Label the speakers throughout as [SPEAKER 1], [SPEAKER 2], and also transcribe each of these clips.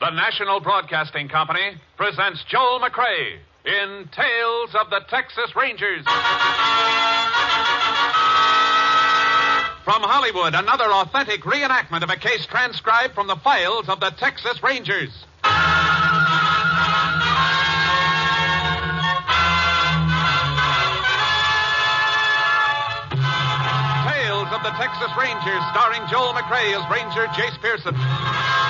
[SPEAKER 1] The National Broadcasting Company presents Joel McRae in Tales of the Texas Rangers. From Hollywood, another authentic reenactment of a case transcribed from the files of the Texas Rangers. Tales of the Texas Rangers, starring Joel McRae as Ranger Jace Pearson.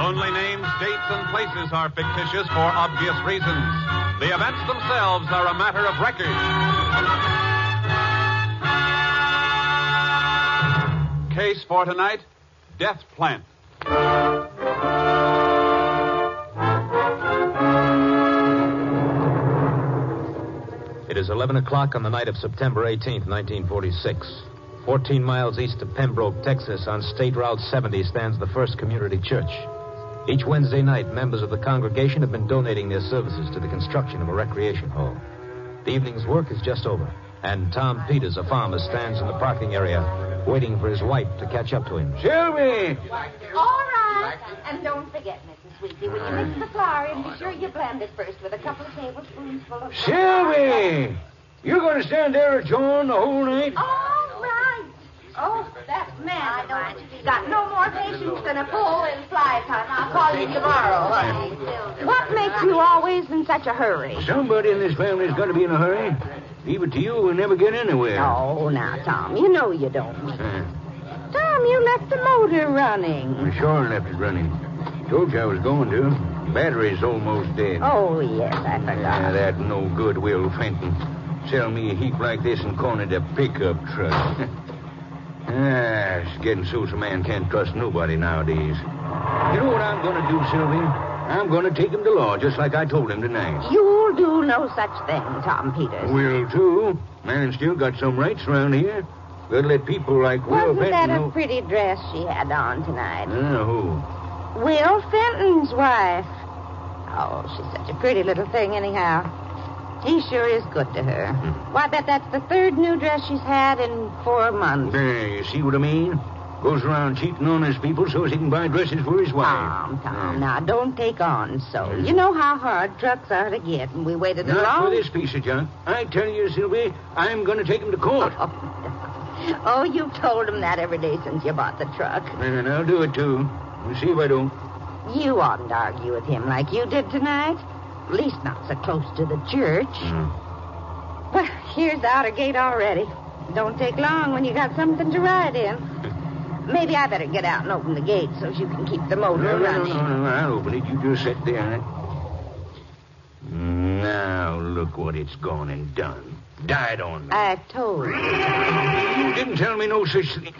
[SPEAKER 1] Only names, dates, and places are fictitious for obvious reasons. The events themselves are a matter of record. Case for tonight Death Plant.
[SPEAKER 2] It is 11 o'clock on the night of September 18th, 1946. 14 miles east of Pembroke, Texas, on State Route 70 stands the First Community Church. Each Wednesday night, members of the congregation have been donating their services to the construction of a recreation hall. The evening's work is just over, and Tom Peters, a farmer, stands in the parking area waiting for his wife to catch up to him.
[SPEAKER 1] Jimmy!
[SPEAKER 3] All right. And don't forget, Mrs. Wheatley, when you mix the flour in, be sure you blend it first with a couple of tablespoons full of...
[SPEAKER 4] Sylvie! You're going to stand there at John the whole night?
[SPEAKER 3] All right. Oh, that man of mine has got no more patience than a bull in fly time. I'll call you tomorrow. What makes you always in such a hurry?
[SPEAKER 4] Somebody in this family's got to be in a hurry. Leave it to you, we'll never get anywhere.
[SPEAKER 3] Oh, now, Tom, you know you don't.
[SPEAKER 4] Uh,
[SPEAKER 3] Tom, you left the motor running.
[SPEAKER 4] I sure left it running. Told you I was going to. Battery's almost dead.
[SPEAKER 3] Oh, yes, I
[SPEAKER 4] Ah, that no good Will Fenton. Sell me a heap like this and cornered a pickup truck. ah, it's getting so a man can't trust nobody nowadays. You know what I'm going to do, Sylvie? I'm going to take him to law, just like I told him tonight.
[SPEAKER 3] You'll do no such thing, Tom Peters.
[SPEAKER 4] Will, too. Man still got some rights around here. Gotta let people like Will
[SPEAKER 3] Wasn't that
[SPEAKER 4] Fenton
[SPEAKER 3] a
[SPEAKER 4] know-
[SPEAKER 3] pretty dress she had on tonight?
[SPEAKER 4] Ah, who?
[SPEAKER 3] Will Fenton's wife. Oh, she's such a pretty little thing, anyhow. He sure is good to her. Why, I bet that's the third new dress she's had in four months.
[SPEAKER 4] There, you see what I mean? Goes around cheating on his people so as he can buy dresses for his wife.
[SPEAKER 3] Tom, Tom,
[SPEAKER 4] Ah.
[SPEAKER 3] now don't take on so. You know how hard trucks are to get, and we waited a
[SPEAKER 4] Not
[SPEAKER 3] long
[SPEAKER 4] for this piece of junk. I tell you, Sylvie, I'm going to take him to court.
[SPEAKER 3] Oh, oh, you've told him that every day since you bought the truck.
[SPEAKER 4] And I'll do it, too. We'll see if I don't.
[SPEAKER 3] You oughtn't to argue with him like you did tonight. At least not so close to the church.
[SPEAKER 4] Hmm.
[SPEAKER 3] Well, here's the outer gate already. Don't take long when you got something to ride in. Maybe I better get out and open the gate so you can keep the motor
[SPEAKER 4] No, no, no,
[SPEAKER 3] running.
[SPEAKER 4] no, no. I'll open it. You just sit there. Now, look what it's gone and done. Died on me.
[SPEAKER 3] I told you.
[SPEAKER 4] You didn't tell me no such thing.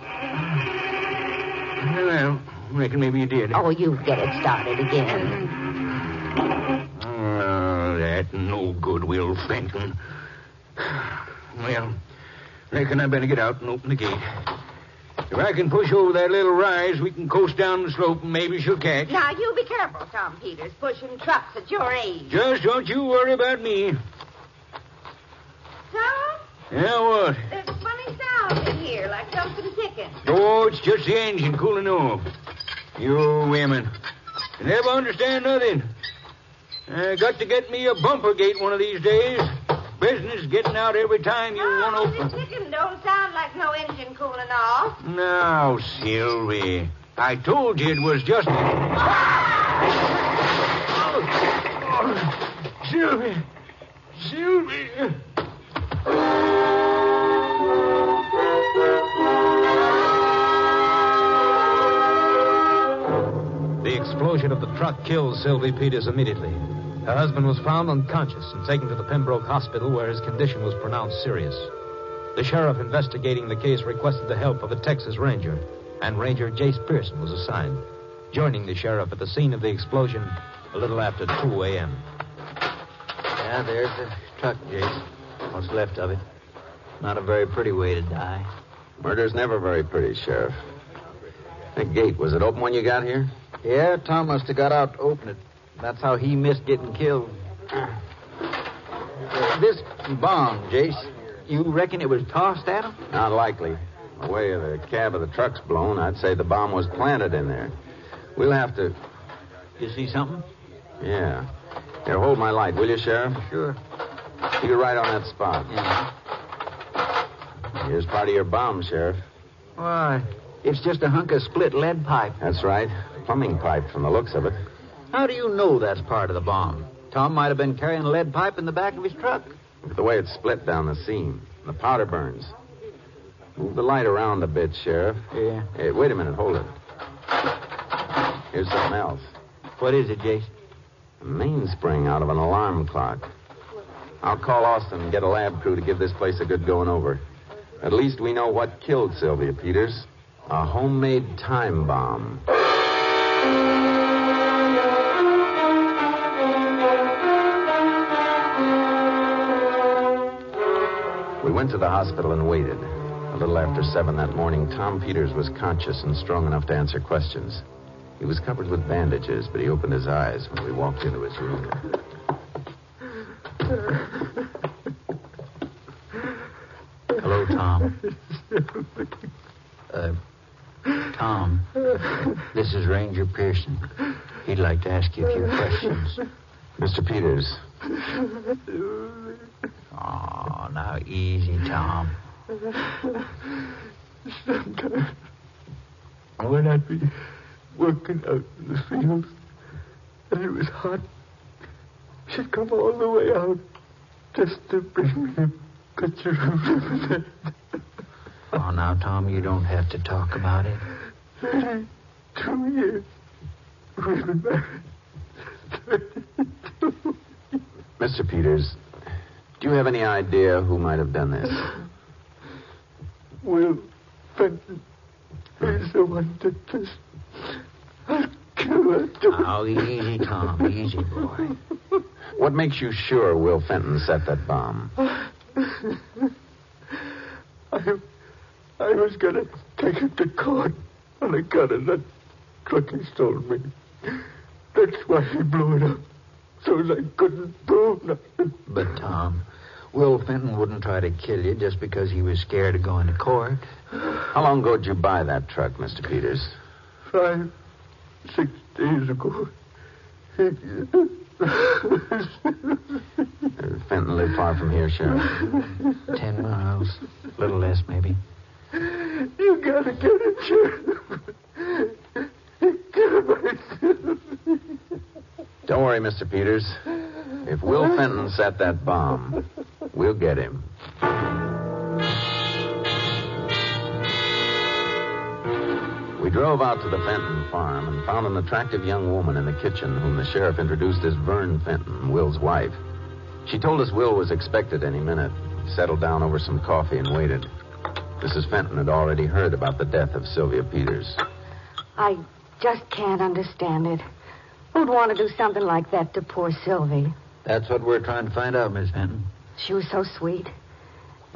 [SPEAKER 4] Well, I reckon maybe you did.
[SPEAKER 3] Oh, you get it started again.
[SPEAKER 4] Oh, that no good, Will Fenton. Well, reckon I better get out and open the gate. If I can push over that little rise, we can coast down the slope and maybe she'll catch.
[SPEAKER 3] Now, you be careful, Tom Peters, pushing trucks at your age.
[SPEAKER 4] Just don't you worry about me.
[SPEAKER 3] Tom,
[SPEAKER 4] Now what?
[SPEAKER 3] there's a funny sound in here, like something ticking.
[SPEAKER 4] Oh, it's just the engine cooling off. You women. You never understand nothing. I got to get me a bumper gate one of these days. Business getting out every time you want
[SPEAKER 3] Tom,
[SPEAKER 4] to open.
[SPEAKER 3] the ticking don't sound like no engine cooling off.
[SPEAKER 4] Now, Sylvie, I told you it was just. Sylvie! Sylvie!
[SPEAKER 2] The explosion of the truck kills Sylvie Peters immediately. Her husband was found unconscious and taken to the Pembroke Hospital, where his condition was pronounced serious. The sheriff investigating the case requested the help of a Texas Ranger, and Ranger Jace Pearson was assigned, joining the sheriff at the scene of the explosion a little after 2 a.m.
[SPEAKER 5] Yeah, there's the truck, Jase. What's left of it. Not a very pretty way to die.
[SPEAKER 6] Murder's never very pretty, Sheriff. That gate, was it open when you got here?
[SPEAKER 5] Yeah, Tom must have got out to open it. That's how he missed getting killed. Uh, This bomb, Jase, you reckon it was tossed at him?
[SPEAKER 6] Not likely. The way the cab of the truck's blown, I'd say the bomb was planted in there. We'll have to.
[SPEAKER 5] You see something?
[SPEAKER 6] Yeah. Here, hold my light, will you, Sheriff?
[SPEAKER 5] Sure.
[SPEAKER 6] You can right on that spot.
[SPEAKER 5] Yeah.
[SPEAKER 6] Here's part of your bomb, Sheriff.
[SPEAKER 5] Why? It's just a hunk of split lead pipe.
[SPEAKER 6] That's right. Plumbing pipe from the looks of it.
[SPEAKER 5] How do you know that's part of the bomb? Tom might have been carrying a lead pipe in the back of his truck.
[SPEAKER 6] Look at the way it's split down the seam. The powder burns. Move the light around a bit, Sheriff.
[SPEAKER 5] Yeah.
[SPEAKER 6] Hey, wait a minute. Hold it. Here's something else.
[SPEAKER 5] What is it, Jason?
[SPEAKER 6] A mainspring out of an alarm clock. I'll call Austin and get a lab crew to give this place a good going over. At least we know what killed Sylvia Peters. A homemade time bomb. We went to the hospital and waited. A little after seven that morning, Tom Peters was conscious and strong enough to answer questions. He was covered with bandages, but he opened his eyes when we walked into his room.
[SPEAKER 3] 嗯
[SPEAKER 5] Hello, Tom. Uh, Tom, this is Ranger Pearson. He'd like to ask you a few questions.
[SPEAKER 6] Mr. Peters,
[SPEAKER 5] Oh, now easy, Tom.
[SPEAKER 7] Sometimes when I'd be working out in the fields and it was hot, she'd come all the way out just to bring me a pitcher of lemonade.
[SPEAKER 5] Oh, now, Tom, you don't have to talk about it.
[SPEAKER 7] Thirty-two years we've been married. Thirty-two.
[SPEAKER 6] Mr. Peters, do you have any idea who might have done this?
[SPEAKER 7] Will Fenton is the one that this. I'll kill her.
[SPEAKER 5] Oh, easy, Tom. Easy, Ah, boy.
[SPEAKER 6] What makes you sure Will Fenton set that bomb?
[SPEAKER 7] I, I was going to take him to court on account of that truck he stole me. That's why he blew it up, so as I couldn't prove nothing.
[SPEAKER 5] But, Tom, Will Fenton wouldn't try to kill you just because he was scared of going to court.
[SPEAKER 6] How long ago did you buy that truck, Mr. Peters?
[SPEAKER 7] Five, six days ago.
[SPEAKER 6] Uh, Fenton lived far from here, Sheriff.
[SPEAKER 5] Ten miles. A little less, maybe.
[SPEAKER 7] You gotta get it, Sheriff. Get him right.
[SPEAKER 6] Don't worry, Mr. Peters. If Will Fenton set that bomb, we'll get him. We drove out to the Fenton farm and found an attractive young woman in the kitchen whom the sheriff introduced as Vern Fenton, Will's wife. She told us Will was expected any minute, settled down over some coffee and waited. Mrs. Fenton had already heard about the death of Sylvia Peters.
[SPEAKER 8] I just can't understand it. Who'd want to do something like that to poor Sylvie?
[SPEAKER 5] That's what we're trying to find out, Miss Fenton.
[SPEAKER 8] She was so sweet.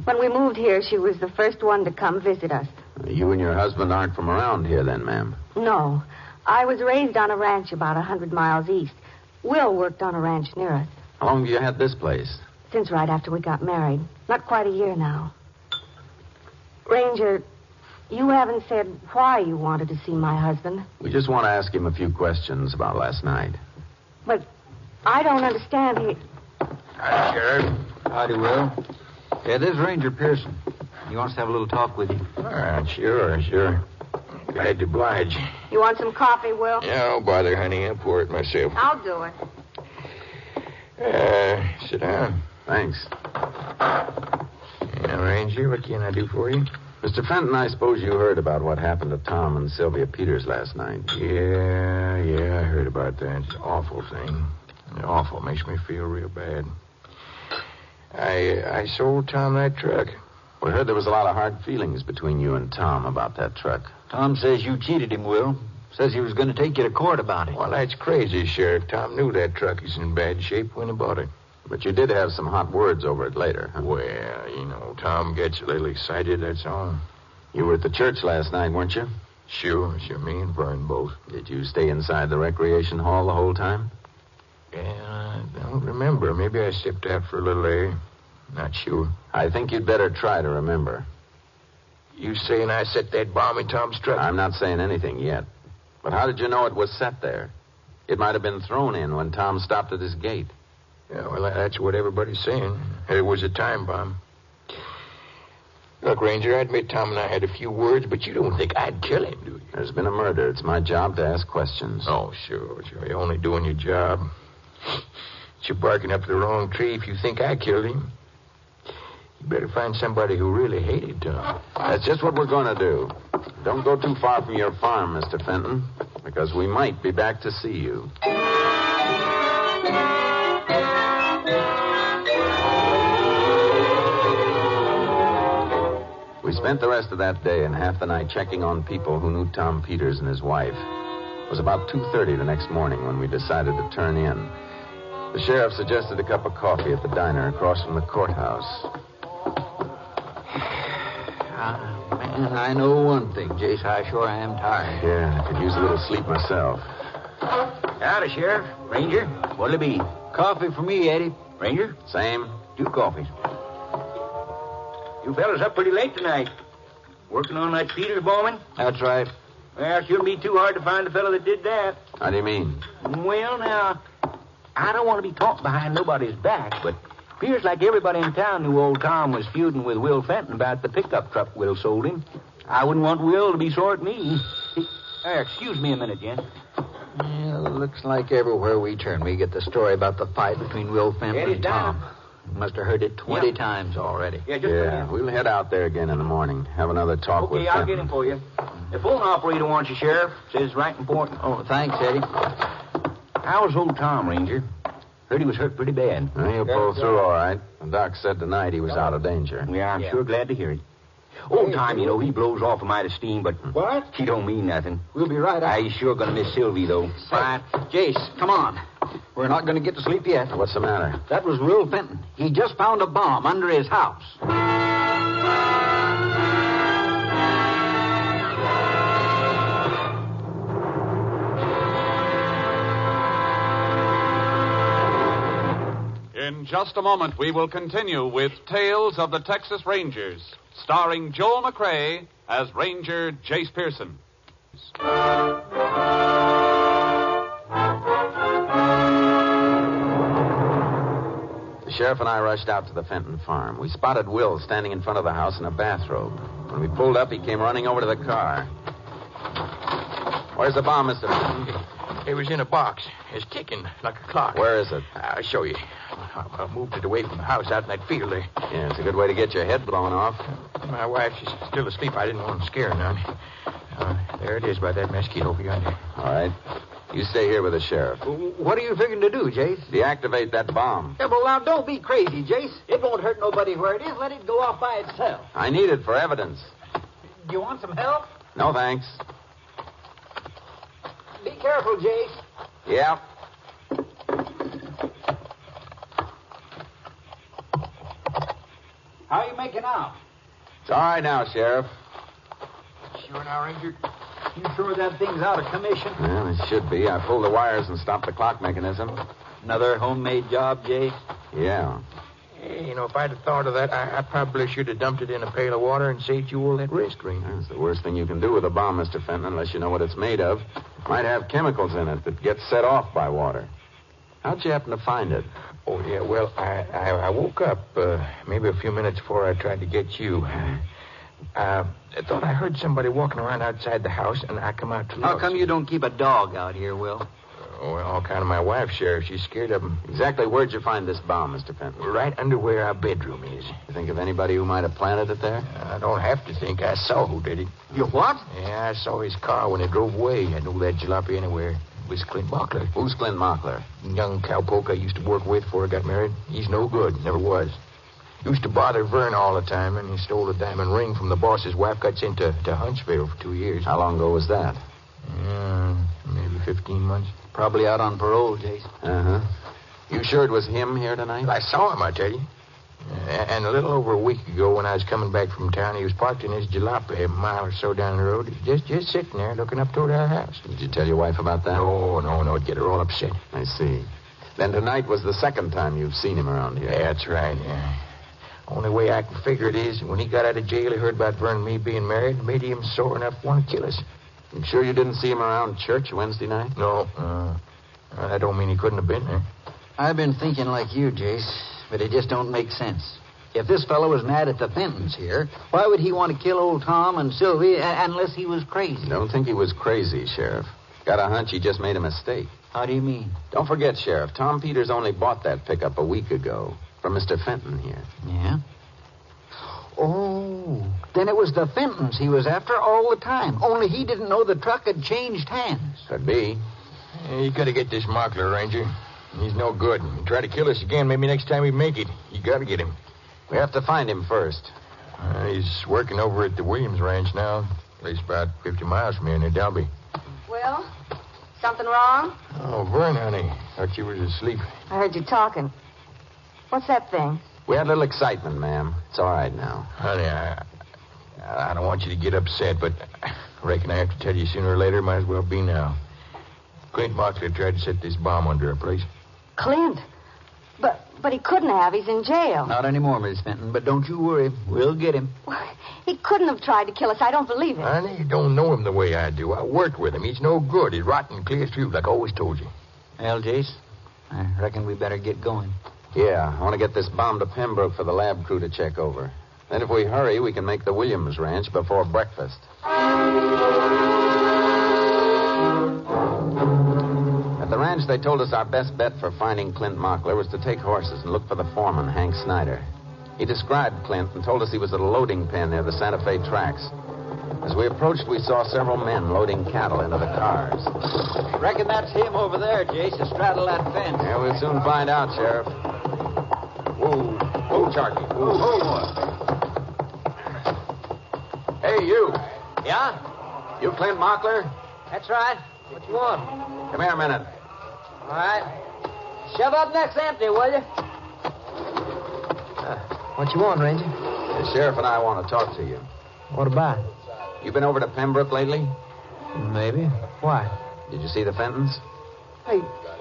[SPEAKER 8] When we moved here, she was the first one to come visit us.
[SPEAKER 6] You and your husband aren't from around here, then, ma'am.
[SPEAKER 8] No, I was raised on a ranch about a hundred miles east. Will worked on a ranch near us
[SPEAKER 6] How long have you had this place?
[SPEAKER 8] since right after we got married. Not quite a year now. Ranger, you haven't said why you wanted to see my husband,
[SPEAKER 6] We just want to ask him a few questions about last night.
[SPEAKER 8] but I don't understand. He,
[SPEAKER 6] Hi, Sheriff.
[SPEAKER 5] Howdy, Will. Yeah, this is Ranger Pearson. He wants to have a little talk with you.
[SPEAKER 6] All right, sure, sure. Glad to oblige.
[SPEAKER 8] you want some coffee, Will?
[SPEAKER 9] Yeah, don't bother, honey. I'll pour it myself.
[SPEAKER 8] I'll do it.
[SPEAKER 9] Uh, sit down.
[SPEAKER 6] Thanks.
[SPEAKER 9] Now, Ranger, what can I do for you?
[SPEAKER 6] Mr. Fenton, I suppose you heard about what happened to Tom and Sylvia Peters last night.
[SPEAKER 9] Yeah, yeah, I heard about that. It's an awful thing. Awful. Makes me feel real bad. I I sold Tom that truck.
[SPEAKER 6] We heard there was a lot of hard feelings between you and Tom about that truck.
[SPEAKER 5] Tom says you cheated him, Will. Says he was going to take you to court about it.
[SPEAKER 9] Well, that's crazy, Sheriff. Tom knew that truck is in bad shape when he bought it. But you did have some hot words over it later, huh? Well, you know, Tom gets a little excited, that's all.
[SPEAKER 6] You were at the church last night, weren't you?
[SPEAKER 9] Sure, sure, me and Vern both.
[SPEAKER 6] Did you stay inside the recreation hall the whole time?
[SPEAKER 9] Yeah, I don't remember. Maybe I stepped out for a little air. Not sure.
[SPEAKER 6] I think you'd better try to remember.
[SPEAKER 9] You saying I set that bomb in Tom's truck?
[SPEAKER 6] I'm not saying anything yet. But how did you know it was set there? It might have been thrown in when Tom stopped at his gate.
[SPEAKER 9] Yeah, well, that's what everybody's saying. It was a time bomb. Look, Ranger, I admit Tom and I had a few words, but you don't think I'd kill him, do you?
[SPEAKER 6] There's been a murder. It's my job to ask questions.
[SPEAKER 9] Oh, sure, sure. You're only doing your job. But you're barking up the wrong tree if you think I killed him. You better find somebody who really hated Tom.
[SPEAKER 6] uh, That's just what we're going to do. Don't go too far from your farm, Mr. Fenton, because we might be back to see you. We spent the rest of that day and half the night checking on people who knew Tom Peters and his wife. It was about 2:30 the next morning when we decided to turn in. The sheriff suggested a cup of coffee at the diner across from the courthouse.
[SPEAKER 4] Ah, Man, I know one thing, Jace. I sure am tired.
[SPEAKER 6] Yeah, I could use a little sleep myself.
[SPEAKER 4] Howdy, Sheriff. Ranger, what'll it be? Coffee for me, Eddie. Ranger,
[SPEAKER 6] Same?
[SPEAKER 4] two coffees. You fellas up pretty late tonight. Working on that Peters Bowman?
[SPEAKER 6] That's right.
[SPEAKER 4] Well, it shouldn't be too hard to find the fellow that did that.
[SPEAKER 6] How do you mean?
[SPEAKER 4] Well, now, I don't want to be talked behind nobody's back, but appears like everybody in town knew old Tom was feuding with Will Fenton about the pickup truck Will sold him. I wouldn't want Will to be sore at me. Hey, excuse me a minute, Jen.
[SPEAKER 5] Yeah, looks like everywhere we turn, we get the story about the fight between Will Fenton
[SPEAKER 4] Eddie
[SPEAKER 5] and Tom. Must have heard it 20 times already.
[SPEAKER 4] Yeah, just put it
[SPEAKER 6] Yeah, we'll head out there again in the morning. Have another talk with
[SPEAKER 4] Okay, I'll
[SPEAKER 6] Fenton.
[SPEAKER 4] get him for you. The phone operator wants you, Sheriff. Says right important.
[SPEAKER 5] Oh, thanks, Eddie.
[SPEAKER 4] How's old Tom, Ranger? Heard he was hurt pretty bad.
[SPEAKER 6] Well, he'll pull through all right. The doc said tonight he was out of danger.
[SPEAKER 4] Yeah, I'm sure glad to hear it. Old time, you know, he blows off a mite of steam, but
[SPEAKER 10] What?
[SPEAKER 4] she don't mean nothing.
[SPEAKER 10] We'll be right
[SPEAKER 4] I sure gonna miss Sylvie, though.
[SPEAKER 5] Fine. Jace, come on. We're not going to get to sleep yet.
[SPEAKER 6] What's the matter?
[SPEAKER 5] That was Will Fenton. He just found a bomb under his house.
[SPEAKER 1] In just a moment, we will continue with Tales of the Texas Rangers, starring Joel McRae as Ranger Jace Pearson.
[SPEAKER 6] The sheriff and I rushed out to the Fenton farm. We spotted Will standing in front of the house in a bathrobe. When we pulled up, he came running over to the car. Where's the bomb, Mr. Fenton?
[SPEAKER 9] It was in a box. It's ticking like a clock.
[SPEAKER 6] Where is it?
[SPEAKER 9] I'll show you. I I moved it away from the house out in that field there.
[SPEAKER 6] Yeah, it's a good way to get your head blown off.
[SPEAKER 9] My wife, she's still asleep. I didn't want to scare her none. Uh, there it is by that mesquite over yonder.
[SPEAKER 6] All right. You stay here with the sheriff.
[SPEAKER 5] What are you figuring to do, Jace?
[SPEAKER 6] Deactivate that bomb.
[SPEAKER 5] Yeah, well, now, don't be crazy, Jace. It won't hurt nobody where it is. Let it go off by itself.
[SPEAKER 6] I need it for evidence.
[SPEAKER 5] Do you want some help?
[SPEAKER 6] No thanks.
[SPEAKER 5] Be careful, Jace.
[SPEAKER 6] Yeah.
[SPEAKER 5] How are you making out?
[SPEAKER 6] It's all right now, Sheriff.
[SPEAKER 9] Sure now, Ranger?
[SPEAKER 5] You sure that thing's out of commission?
[SPEAKER 6] Well, it should be. I pulled the wires and stopped the clock mechanism.
[SPEAKER 5] Another homemade job, Jace.
[SPEAKER 6] Yeah.
[SPEAKER 9] Hey, you know, if I'd have thought of that, I, I probably should have dumped it in a pail of water and saved you all that risk, Ranger.
[SPEAKER 6] That's the worst thing you can do with a bomb, Mr. Fenton, unless you know what it's made of. Might have chemicals in it that get set off by water. How'd you happen to find it?
[SPEAKER 9] Oh, yeah, well, I, I, I woke up uh, maybe a few minutes before I tried to get you. Uh, I thought I heard somebody walking around outside the house, and I come out to
[SPEAKER 5] How
[SPEAKER 9] look.
[SPEAKER 5] come you don't keep a dog out here,
[SPEAKER 6] Uh,
[SPEAKER 5] Will?
[SPEAKER 9] Oh, well, all kind of my wife, Sheriff. She's scared of 'em.
[SPEAKER 6] Exactly where'd you find this bomb, Mr. Fenton?
[SPEAKER 9] Right under where our bedroom is.
[SPEAKER 6] You think of anybody who might have planted it there?
[SPEAKER 9] I don't have to think. I saw who did it.
[SPEAKER 5] You what?
[SPEAKER 9] Yeah, I saw his car when it drove away. I knew that jalopy anywhere. It was Clint Buckler.
[SPEAKER 6] Who's Clint Mockler?
[SPEAKER 9] Young cowpoke I used to work with before I got married. He's no good. Never was. Used to bother Vern all the time, and he stole a diamond ring from the boss's wife. Got sent to, to Huntsville for two years.
[SPEAKER 6] How long ago was that?
[SPEAKER 9] Yeah, maybe 15 months.
[SPEAKER 5] Probably out on parole, Jason.
[SPEAKER 6] Uh huh.
[SPEAKER 9] You sure it was him here tonight? I saw him, I tell you. A- And a little over a week ago, when I was coming back from town, he was parked in his jalopy a mile or so down the road, just just sitting there looking up toward our house.
[SPEAKER 6] Did you tell your wife about that?
[SPEAKER 9] No, no, no, it'd get her all upset.
[SPEAKER 6] I see. Then tonight was the second time you've seen him around here.
[SPEAKER 9] Yeah, that's right. Yeah. Only way I can figure it is when he got out of jail, he heard about Vern and me being married, and made him sore enough to want to kill us.
[SPEAKER 6] I'm sure you didn't see him around church Wednesday night?
[SPEAKER 9] No, uh, I don't mean he couldn't have been there.
[SPEAKER 5] I've been thinking like you, Jace, but it just don't make sense. If this fellow was mad at the Fentons here, why would he want to kill old Tom and Sylvie uh, unless he was crazy?
[SPEAKER 6] Don't think he was crazy, Sheriff. Got a hunch he just made a mistake.
[SPEAKER 5] How do you mean?
[SPEAKER 6] Don't forget, Sheriff, Tom Peters only bought that pickup a week ago from Mr. Fenton here.
[SPEAKER 5] Yeah. Oh, then it was the Fentons he was after all the time. Only he didn't know the truck had changed hands.
[SPEAKER 6] Could be.
[SPEAKER 9] Hey, you gotta get this Mockler, Ranger. He's no good. He tried to kill us again. Maybe next time we make it. You gotta get him.
[SPEAKER 6] We have to find him first.
[SPEAKER 9] Uh, he's working over at the Williams Ranch now. At least about 50 miles from here near Dalby.
[SPEAKER 8] Will, something wrong?
[SPEAKER 9] Oh, Vern, honey. Thought you was asleep.
[SPEAKER 8] I heard you talking. What's that thing?
[SPEAKER 6] We had a little excitement, ma'am. It's all right now.
[SPEAKER 9] Honey, I, I don't want you to get upset, but I reckon I have to tell you sooner or later. Might as well be now. Clint Mockler tried to set this bomb under a place.
[SPEAKER 8] Clint. But but he couldn't have. He's in jail.
[SPEAKER 5] Not anymore, Miss Fenton, but don't you worry. We'll get him.
[SPEAKER 8] He couldn't have tried to kill us. I don't believe it.
[SPEAKER 9] Honey, you don't know him the way I do. I worked with him. He's no good. He's rotten clear through, like I always told you.
[SPEAKER 5] Well, Jace, I reckon we better get going.
[SPEAKER 6] Yeah, I want to get this bomb to Pembroke for the lab crew to check over. Then if we hurry, we can make the Williams Ranch before breakfast. At the ranch, they told us our best bet for finding Clint Mockler was to take horses and look for the foreman, Hank Snyder. He described Clint and told us he was at a loading pen near the Santa Fe tracks. As we approached, we saw several men loading cattle into the cars.
[SPEAKER 5] Reckon that's him over there, Jace, astraddle that fence.
[SPEAKER 6] Yeah, we'll soon find out, Sheriff. Whoa, whoa, Charlie. Whoa, whoa. Hey, you.
[SPEAKER 5] Yeah?
[SPEAKER 6] You Clint Mockler?
[SPEAKER 5] That's right. What you want?
[SPEAKER 6] Come here a minute.
[SPEAKER 5] All right. Shove up next empty, will you? what you want, Ranger?
[SPEAKER 6] The sheriff and I want to talk to you.
[SPEAKER 5] What about?
[SPEAKER 6] You been over to Pembroke lately?
[SPEAKER 5] Maybe. Why?
[SPEAKER 6] Did you see the Fentons?
[SPEAKER 5] Hey,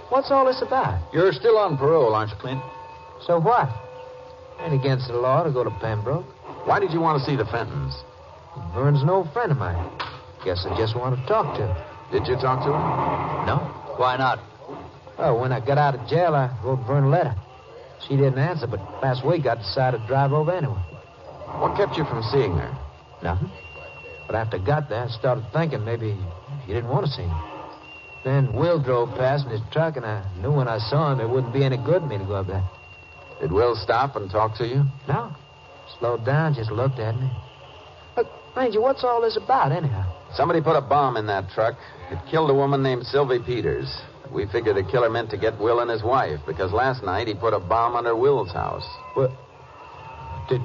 [SPEAKER 5] what's all this about?
[SPEAKER 6] You're still on parole, aren't you, Clint?
[SPEAKER 5] So what? Ain't against the law to go to Pembroke.
[SPEAKER 6] Why did you want to see the Fentons?
[SPEAKER 5] Vern's an old friend of mine. Guess I just want to talk to him.
[SPEAKER 6] Did you talk to them?
[SPEAKER 5] No? Why not? Well, when I got out of jail, I wrote Vern a letter. She didn't answer, but last week I decided to drive over anyway.
[SPEAKER 6] What kept you from seeing her?
[SPEAKER 5] Nothing. But after I got there, I started thinking maybe you didn't want to see me. Then Will drove past in his truck, and I knew when I saw him it wouldn't be any good to me to go up there.
[SPEAKER 6] Did Will stop and talk to you?
[SPEAKER 5] No. Slowed down, just looked at me. Look, Ranger, what's all this about, anyhow?
[SPEAKER 6] Somebody put a bomb in that truck. It killed a woman named Sylvie Peters. We figure the killer meant to get Will and his wife because last night he put a bomb under Will's house.
[SPEAKER 5] Did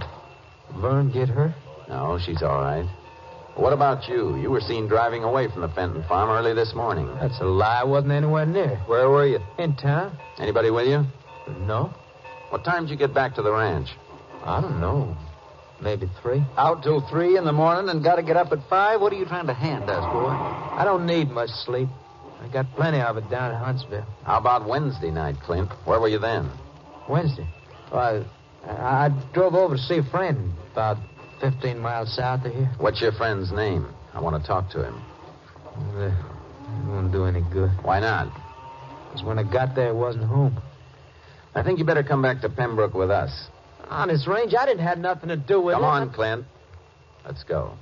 [SPEAKER 5] Vern get hurt?
[SPEAKER 6] No, she's all right. What about you? You were seen driving away from the Fenton farm early this morning.
[SPEAKER 5] That's a lie. I wasn't anywhere near.
[SPEAKER 6] Where were you?
[SPEAKER 5] In town?
[SPEAKER 6] Anybody with you?
[SPEAKER 5] No.
[SPEAKER 6] What time did you get back to the ranch?
[SPEAKER 5] I don't know. Maybe three.
[SPEAKER 6] Out till three in the morning and got to get up at five. What are you trying to hand us, boy?
[SPEAKER 5] I don't need much sleep. I got plenty of it down in Huntsville.
[SPEAKER 6] How about Wednesday night, Clint? Where were you then?
[SPEAKER 5] Wednesday. Well, I, I drove over to see a friend about 15 miles south of here.
[SPEAKER 6] What's your friend's name? I want to talk to him.
[SPEAKER 5] It won't do any good.
[SPEAKER 6] Why not?
[SPEAKER 5] Because when I got there, it wasn't home.
[SPEAKER 6] I think you better come back to Pembroke with us.
[SPEAKER 5] Honest, Range, I didn't have nothing to do with
[SPEAKER 6] Come
[SPEAKER 5] it.
[SPEAKER 6] on, Clint. Let's go.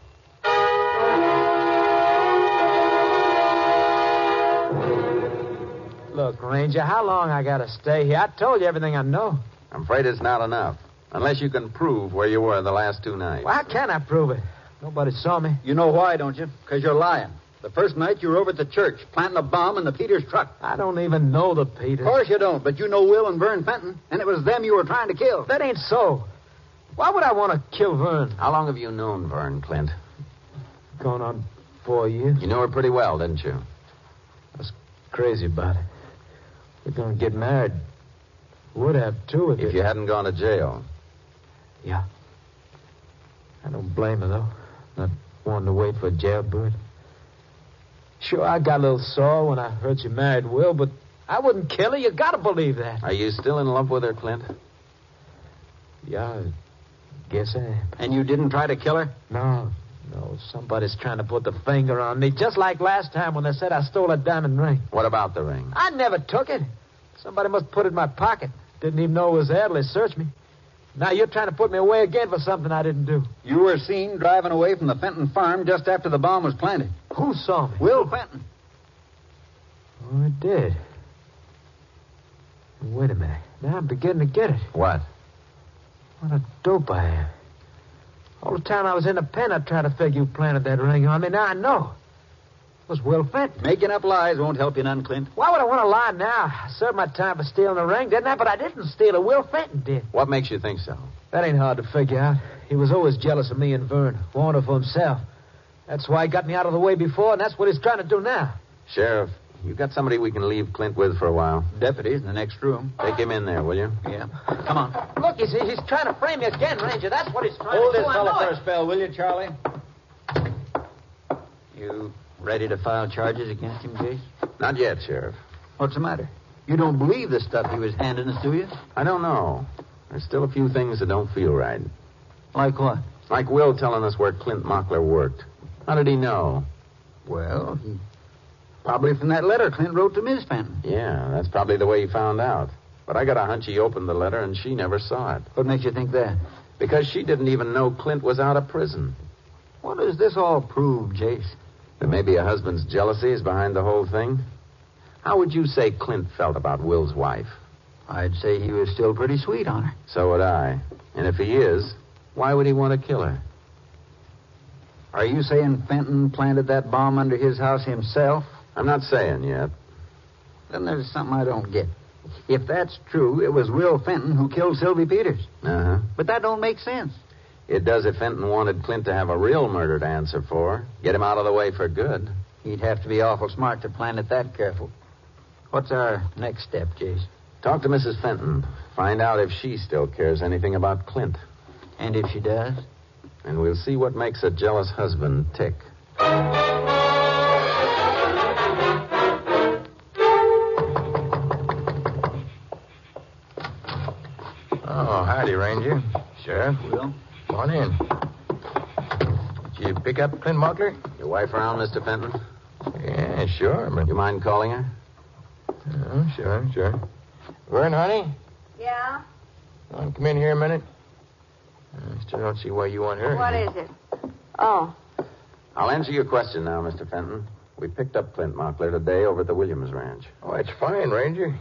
[SPEAKER 5] Look, Ranger, how long I gotta stay here? I told you everything I know.
[SPEAKER 6] I'm afraid it's not enough. Unless you can prove where you were the last two nights.
[SPEAKER 5] Well, how can I prove it? Nobody saw me.
[SPEAKER 11] You know why, don't you? Because you're lying. The first night you were over at the church, planting a bomb in the Peters truck.
[SPEAKER 5] I don't even know the Peter.
[SPEAKER 11] Of course you don't, but you know Will and Vern Fenton, and it was them you were trying to kill.
[SPEAKER 5] That ain't so. Why would I want to kill Vern?
[SPEAKER 6] How long have you known Vern, Clint?
[SPEAKER 5] Going on four years.
[SPEAKER 6] You knew her pretty well, didn't you?
[SPEAKER 5] Crazy about it. We're gonna get married Would have, too, if,
[SPEAKER 6] If
[SPEAKER 5] it-
[SPEAKER 6] you hadn't gone to jail.
[SPEAKER 5] Yeah. I don't blame her, though, not wanting to wait for a jailbird. Sure, I got a little sore when I heard you married Will, but I wouldn't kill her. You gotta believe that.
[SPEAKER 6] Are you still in love with her, Clint?
[SPEAKER 5] Yeah, I guess I am.
[SPEAKER 11] And you didn't try to kill her?
[SPEAKER 5] No, no, somebody's trying to put the finger on me, just like last time when they said I stole a diamond ring.
[SPEAKER 6] What about the ring?
[SPEAKER 5] I never took it. Somebody must put it in my pocket. Didn't even know it was there till they searched me. Now you're trying to put me away again for something I didn't do.
[SPEAKER 11] You were seen driving away from the Fenton farm just after the bomb was planted.
[SPEAKER 5] Who saw me?
[SPEAKER 11] Will Fenton.
[SPEAKER 5] Oh, it did. Wait a minute. Now I'm beginning to get it.
[SPEAKER 6] What?
[SPEAKER 5] What a dope I am. All the time I was in the pen, I tried to figure you planted that ring on me. Now I know. It was Will Fenton.
[SPEAKER 11] Making up lies won't help you none, Clint.
[SPEAKER 5] Why would I want to lie now? I served my time for stealing the ring, didn't I? But I didn't steal it. Will Fenton did.
[SPEAKER 6] What makes you think so?
[SPEAKER 5] That ain't hard to figure out. He was always jealous of me and Vern. Wanted for himself. That's why he got me out of the way before, and that's what he's trying to do now.
[SPEAKER 6] Sheriff, you got somebody we can leave Clint with for a while.
[SPEAKER 11] Deputy's in the next room.
[SPEAKER 6] Take him in there, will you?
[SPEAKER 11] Yeah. Come on.
[SPEAKER 5] Look, he's, he's trying to frame me again, Ranger. That's what he's trying
[SPEAKER 11] Hold
[SPEAKER 5] to
[SPEAKER 11] this
[SPEAKER 5] do. Oh, I
[SPEAKER 11] fellow
[SPEAKER 5] know it.
[SPEAKER 11] for a spell, will you, Charlie? You ready to file charges against him, Jase?
[SPEAKER 6] Not yet, Sheriff.
[SPEAKER 11] What's the matter? You don't believe the stuff he was handing us, do you?
[SPEAKER 6] I don't know. There's still a few things that don't feel right.
[SPEAKER 11] Like what?
[SPEAKER 6] Like Will telling us where Clint Mockler worked. How did he know?
[SPEAKER 11] Well, he... probably from that letter Clint wrote to Miss Fenton.
[SPEAKER 6] Yeah, that's probably the way he found out. But I got a hunch he opened the letter and she never saw it.
[SPEAKER 11] What makes you think that?
[SPEAKER 6] Because she didn't even know Clint was out of prison.
[SPEAKER 11] What does this all prove, Jase?
[SPEAKER 6] That maybe a husband's jealousy is behind the whole thing. How would you say Clint felt about Will's wife?
[SPEAKER 11] I'd say he was still pretty sweet on her.
[SPEAKER 6] So would I. And if he is, why would he want to kill her?
[SPEAKER 11] Are you saying Fenton planted that bomb under his house himself?
[SPEAKER 6] I'm not saying yet.
[SPEAKER 11] Then there's something I don't get. If that's true, it was Will Fenton who killed Sylvie Peters.
[SPEAKER 6] Uh huh.
[SPEAKER 11] But that don't make sense.
[SPEAKER 6] It does if Fenton wanted Clint to have a real murder to answer for. Get him out of the way for good.
[SPEAKER 11] He'd have to be awful smart to plan it that careful. What's our next step, Jase?
[SPEAKER 6] Talk to Mrs. Fenton. Find out if she still cares anything about Clint.
[SPEAKER 11] And if she does?
[SPEAKER 6] And we'll see what makes a jealous husband tick.
[SPEAKER 9] Oh, howdy, Ranger. Sheriff.
[SPEAKER 11] Will?
[SPEAKER 9] Come on in. Did you pick up Clint Mockler?
[SPEAKER 6] Your wife around, Mr. Fenton?
[SPEAKER 9] Yeah, sure, but...
[SPEAKER 6] You mind calling her?
[SPEAKER 9] Oh, sure, sure. Vern, honey,
[SPEAKER 8] Yeah?
[SPEAKER 9] come on, come in here a minute. I still don't see why you want her.
[SPEAKER 8] What is it? Oh,
[SPEAKER 6] I'll answer your question now, Mr. Fenton. We picked up Clint Mockler today over at the Williams Ranch.
[SPEAKER 9] Oh, that's fine, Ranger.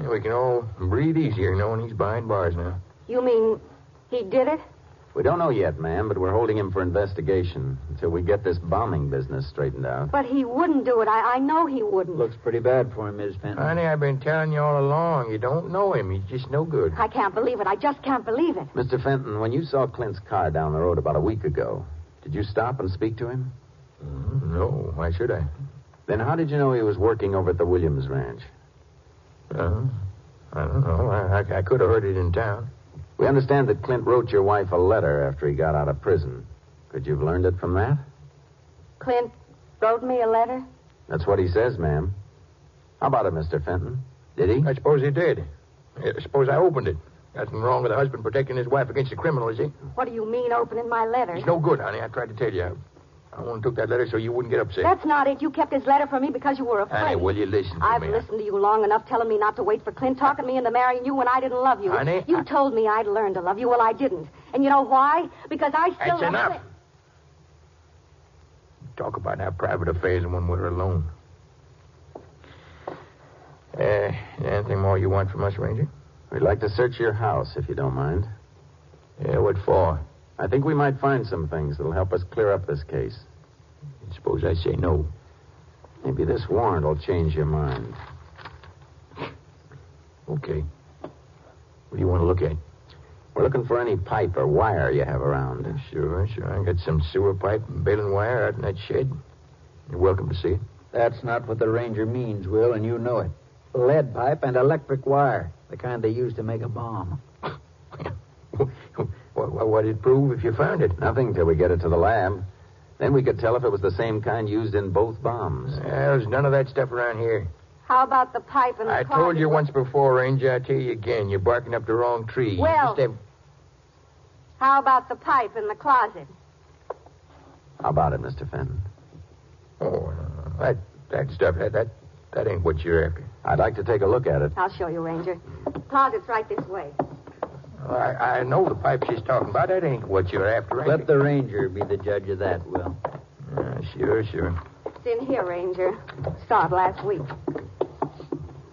[SPEAKER 9] Yeah, we can all breathe easier knowing he's behind bars now.
[SPEAKER 8] you mean he did it?
[SPEAKER 6] We don't know yet, ma'am, but we're holding him for investigation until we get this bombing business straightened out.
[SPEAKER 8] But he wouldn't do it. I, I know he wouldn't.
[SPEAKER 11] Looks pretty bad for him, Miss Fenton.
[SPEAKER 9] Honey, I've been telling you all along, you don't know him. He's just no good.
[SPEAKER 8] I can't believe it. I just can't believe it.
[SPEAKER 6] Mr. Fenton, when you saw Clint's car down the road about a week ago, did you stop and speak to him?
[SPEAKER 9] Mm, No, why should I?
[SPEAKER 6] Then how did you know he was working over at the Williams Ranch?
[SPEAKER 9] Uh, I don't know. I, I, I could have heard it in town.
[SPEAKER 6] We understand that Clint wrote your wife a letter after he got out of prison. Could you have learned it from that?
[SPEAKER 8] Clint wrote me a letter.
[SPEAKER 6] That's what he says, ma'am. How about it, Mr. Fenton? Did he?
[SPEAKER 9] I suppose he did. I suppose I opened it. Nothing wrong with a husband protecting his wife against a criminal, is he?
[SPEAKER 8] What do you mean, opening my letter?
[SPEAKER 9] It's no good, honey. I tried to tell you. I only took that letter so you wouldn't get upset.
[SPEAKER 8] That's not it. You kept his letter from me because you were afraid.
[SPEAKER 9] Honey, will you listen to
[SPEAKER 8] I've
[SPEAKER 9] me?
[SPEAKER 8] listened to you long enough telling me not to wait for Clint, talking me into marrying you when I didn't love you.
[SPEAKER 9] Honey,
[SPEAKER 8] you
[SPEAKER 9] I-
[SPEAKER 8] told me I'd learn to love you. Well, I didn't. And you know why? Because I still
[SPEAKER 9] That's
[SPEAKER 8] haven't-
[SPEAKER 9] enough. Talk about our private affairs when we're alone. Uh, anything more you want from us, Ranger?
[SPEAKER 6] We'd like to search your house, if you don't mind.
[SPEAKER 9] Yeah, what for?
[SPEAKER 6] I think we might find some things that'll help us clear up this case.
[SPEAKER 9] Suppose I say no.
[SPEAKER 6] Maybe this warrant will change your mind.
[SPEAKER 9] Okay. What do you want to look at?
[SPEAKER 6] We're looking for any pipe or wire you have around.
[SPEAKER 9] Sure, sure. I got some sewer pipe and baling wire out in that shed. You're welcome to see it.
[SPEAKER 11] That's not what the ranger means, Will, and you know it. lead pipe, and electric wire, the kind they use to make a bomb.
[SPEAKER 9] What, what, what'd it prove if you found it?
[SPEAKER 6] Nothing till we get it to the lab. Then we could tell if it was the same kind used in both bombs.
[SPEAKER 9] Yeah, there's none of that stuff around here.
[SPEAKER 8] How about the pipe and the
[SPEAKER 9] I
[SPEAKER 8] closet?
[SPEAKER 9] told you once before, Ranger. I tell you again, you're barking up the wrong tree. You
[SPEAKER 8] Well-
[SPEAKER 9] just have-
[SPEAKER 8] How about the pipe in the closet?
[SPEAKER 6] How about it, Mr. Fenton?
[SPEAKER 9] oh, no, no, that that stuff that that that ain't what you're after.
[SPEAKER 6] I'd like to take a look at it.
[SPEAKER 8] I'll show you, Ranger. Closet's right this way.
[SPEAKER 9] I, I know the pipe she's talking about. That ain't what you're after. Ranger.
[SPEAKER 11] Let the ranger be the judge of that, Will.
[SPEAKER 9] Uh, sure, sure.
[SPEAKER 8] It's in here, Ranger. Saw it last week.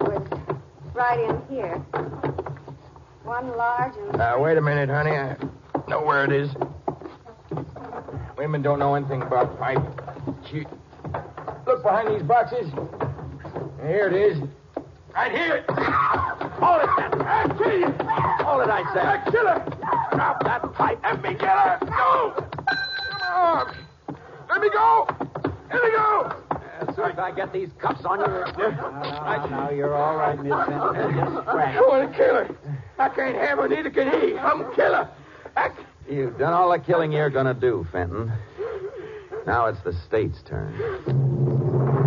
[SPEAKER 8] Was right in here. One large and
[SPEAKER 9] Now wait a minute, honey. I know where it is. Women don't know anything about pipe. She... Look behind these boxes. Here it is. Right here. Hold it. I'll kill you. Hold it, I say. I'll kill her. Drop that pipe. Let me get her. No. Come on. Let me go. Let me go. As soon as Uh, I get these cuffs on you.
[SPEAKER 11] now you're all right, Miss Fenton. Just
[SPEAKER 9] I want to kill her. I can't have her, neither can he. I'm killer. I...
[SPEAKER 6] You've done all the killing you're going to do, Fenton. Now it's the state's turn.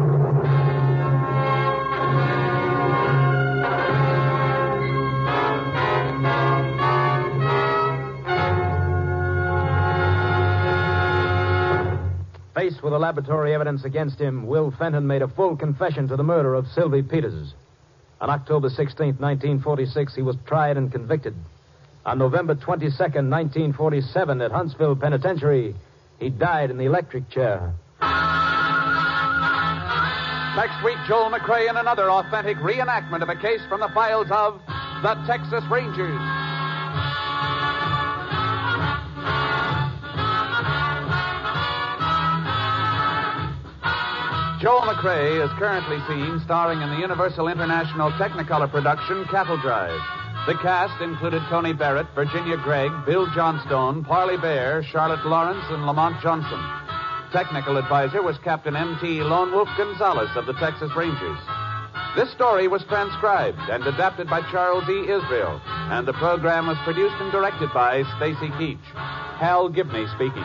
[SPEAKER 2] Faced with the laboratory evidence against him, Will Fenton made a full confession to the murder of Sylvie Peters. On October 16, 1946, he was tried and convicted. On November 22, 1947, at Huntsville Penitentiary, he died in the electric chair.
[SPEAKER 1] Next week, Joel McRae in another authentic reenactment of a case from the files of the Texas Rangers. Joel McRae is currently seen starring in the Universal International Technicolor production Cattle Drive. The cast included Tony Barrett, Virginia Gregg, Bill Johnstone, Parley Bear, Charlotte Lawrence, and Lamont Johnson. Technical advisor was Captain M.T. Lone Wolf Gonzalez of the Texas Rangers. This story was transcribed and adapted by Charles E. Israel, and the program was produced and directed by Stacy Keach. Hal Gibney speaking.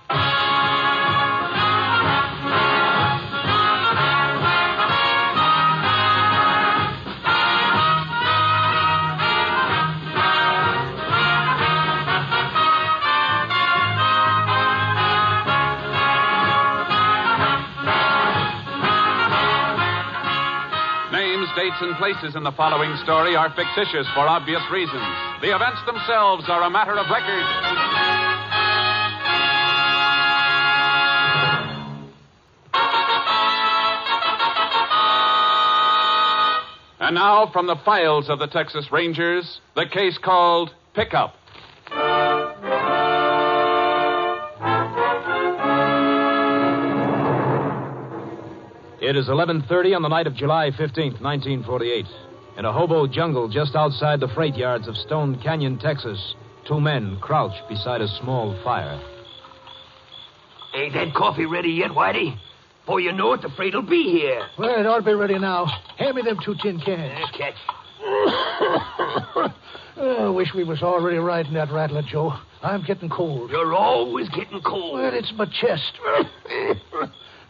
[SPEAKER 1] Names, dates, and places in the following story are fictitious for obvious reasons. The events themselves are a matter of record. And now, from the files of the Texas Rangers, the case called Pickup.
[SPEAKER 2] It is 11:30 on the night of July 15th, 1948. In a hobo jungle just outside the freight yards of Stone Canyon, Texas, two men crouch beside a small fire.
[SPEAKER 11] Ain't that coffee ready yet, Whitey?
[SPEAKER 12] Before you know it, the freight'll be here.
[SPEAKER 1] Well, it ought to be ready now. Hand me them two tin cans.
[SPEAKER 12] Catch.
[SPEAKER 1] Oh, I wish we was already riding that rattler, Joe. I'm getting cold.
[SPEAKER 12] You're always getting cold.
[SPEAKER 1] Well, it's my chest. It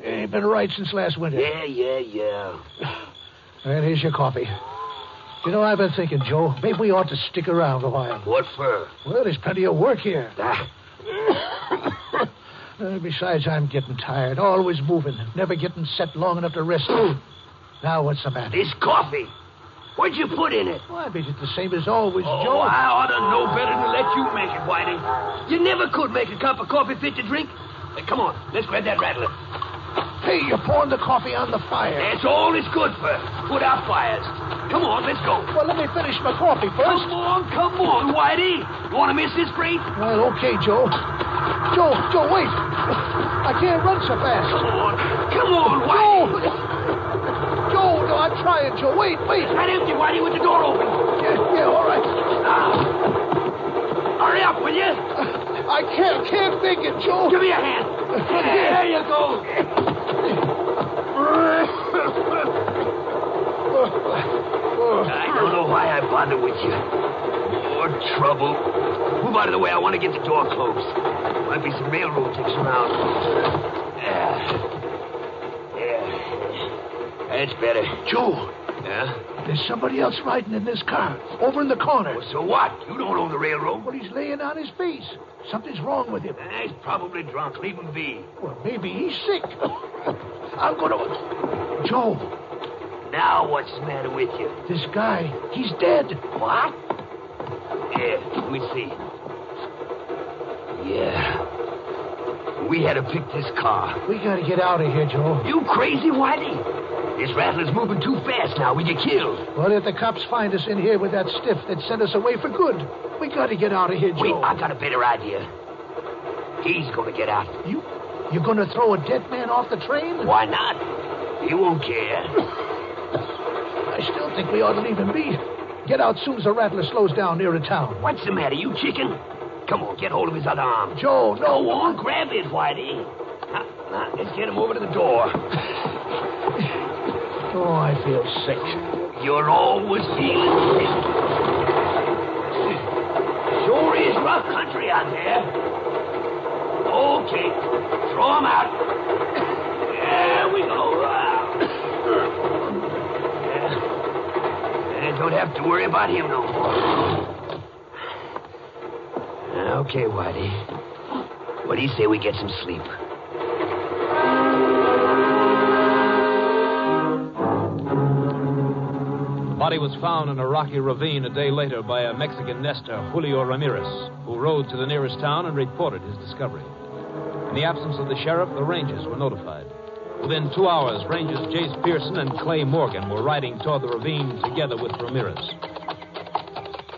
[SPEAKER 1] ain't been right since last winter.
[SPEAKER 12] Yeah, yeah, yeah.
[SPEAKER 1] And here's your coffee. You know, I've been thinking, Joe, maybe we ought to stick around a while.
[SPEAKER 12] What for?
[SPEAKER 1] Well, there's plenty of work here.
[SPEAKER 12] Ah.
[SPEAKER 1] Uh, besides, I'm getting tired. Always moving. Never getting set long enough to rest. now, what's the matter?
[SPEAKER 12] This coffee. What'd you put in it?
[SPEAKER 1] Well, I bet it's the same as always,
[SPEAKER 12] oh,
[SPEAKER 1] Joe.
[SPEAKER 12] I ought to know better than to let you make it, Whitey. You never could make a cup of coffee fit to drink. Hey, come on, let's grab that rattler.
[SPEAKER 1] Hey, you're pouring the coffee on the fire.
[SPEAKER 12] That's all it's good for. Put out fires. Come on, let's go.
[SPEAKER 1] Well, let me finish my coffee first.
[SPEAKER 12] Come on, come on, Whitey. You want to miss this freight?
[SPEAKER 1] Well, okay, Joe. Joe, Joe, wait. I can't run so fast.
[SPEAKER 12] Come on, come on, Whitey.
[SPEAKER 1] Joe, Joe no, I'm trying, Joe. Wait, wait.
[SPEAKER 12] It's not empty, Whitey, with the door open.
[SPEAKER 1] Yeah, yeah, all right.
[SPEAKER 12] Now, hurry up, will you?
[SPEAKER 1] I can't, can't make it, Joe.
[SPEAKER 12] Give me a hand.
[SPEAKER 1] Yeah.
[SPEAKER 12] There you go. I don't know why I bother with you. More trouble. Move out of the way. I want to get the door closed. Might be some railroad ticks around. Yeah. Yeah. That's better.
[SPEAKER 1] Joe,
[SPEAKER 12] Yeah?
[SPEAKER 1] there's somebody else riding in this car. Over in the corner.
[SPEAKER 12] Oh, So what? You don't own the railroad.
[SPEAKER 1] Well, he's laying on his face. Something's wrong with him.
[SPEAKER 12] Ah, He's probably drunk. Leave him be.
[SPEAKER 1] Well, maybe he's sick. I'm going to. Joe,
[SPEAKER 12] Now what's the matter with you?
[SPEAKER 1] this guy, he's dead.
[SPEAKER 12] What? Yeah, let me see. Yeah. We had to pick this car.
[SPEAKER 1] We got to get out of here, Joe.
[SPEAKER 12] You crazy, Whitey? This rattler's moving too fast now. We get killed.
[SPEAKER 1] Well, if the cops find us in here with that stiff, they'd send us away for good. We got to get out of here, Joe.
[SPEAKER 12] Wait, I got a better idea. He's gonna get out.
[SPEAKER 1] You, you're going to throw a dead man off the train?
[SPEAKER 12] Why not? He won't care.
[SPEAKER 1] I still think we ought to leave him be. Get out soon as the rattler slows down near a town.
[SPEAKER 12] What's the matter, you chicken? Come on, get hold of his other arm.
[SPEAKER 1] Joe, no.
[SPEAKER 12] Go on, grab it, Whitey. Now, now, let's get him over to the door.
[SPEAKER 1] Oh, I feel sick.
[SPEAKER 12] You're always feeling Oh, sick. Sure is rough country out there. Okay, throw 'em out. There we go. Yeah. Yeah, Don't have to worry about him no more. Uh, Okay, Whitey. What do you say we get some sleep?
[SPEAKER 2] The body was found in a rocky ravine a day later by a Mexican nester, Julio Ramirez, who rode to the nearest town and reported his discovery. In the absence of the sheriff, the Rangers were notified. Within two hours, Rangers Jace Pearson and Clay Morgan were riding toward the ravine together with Ramirez.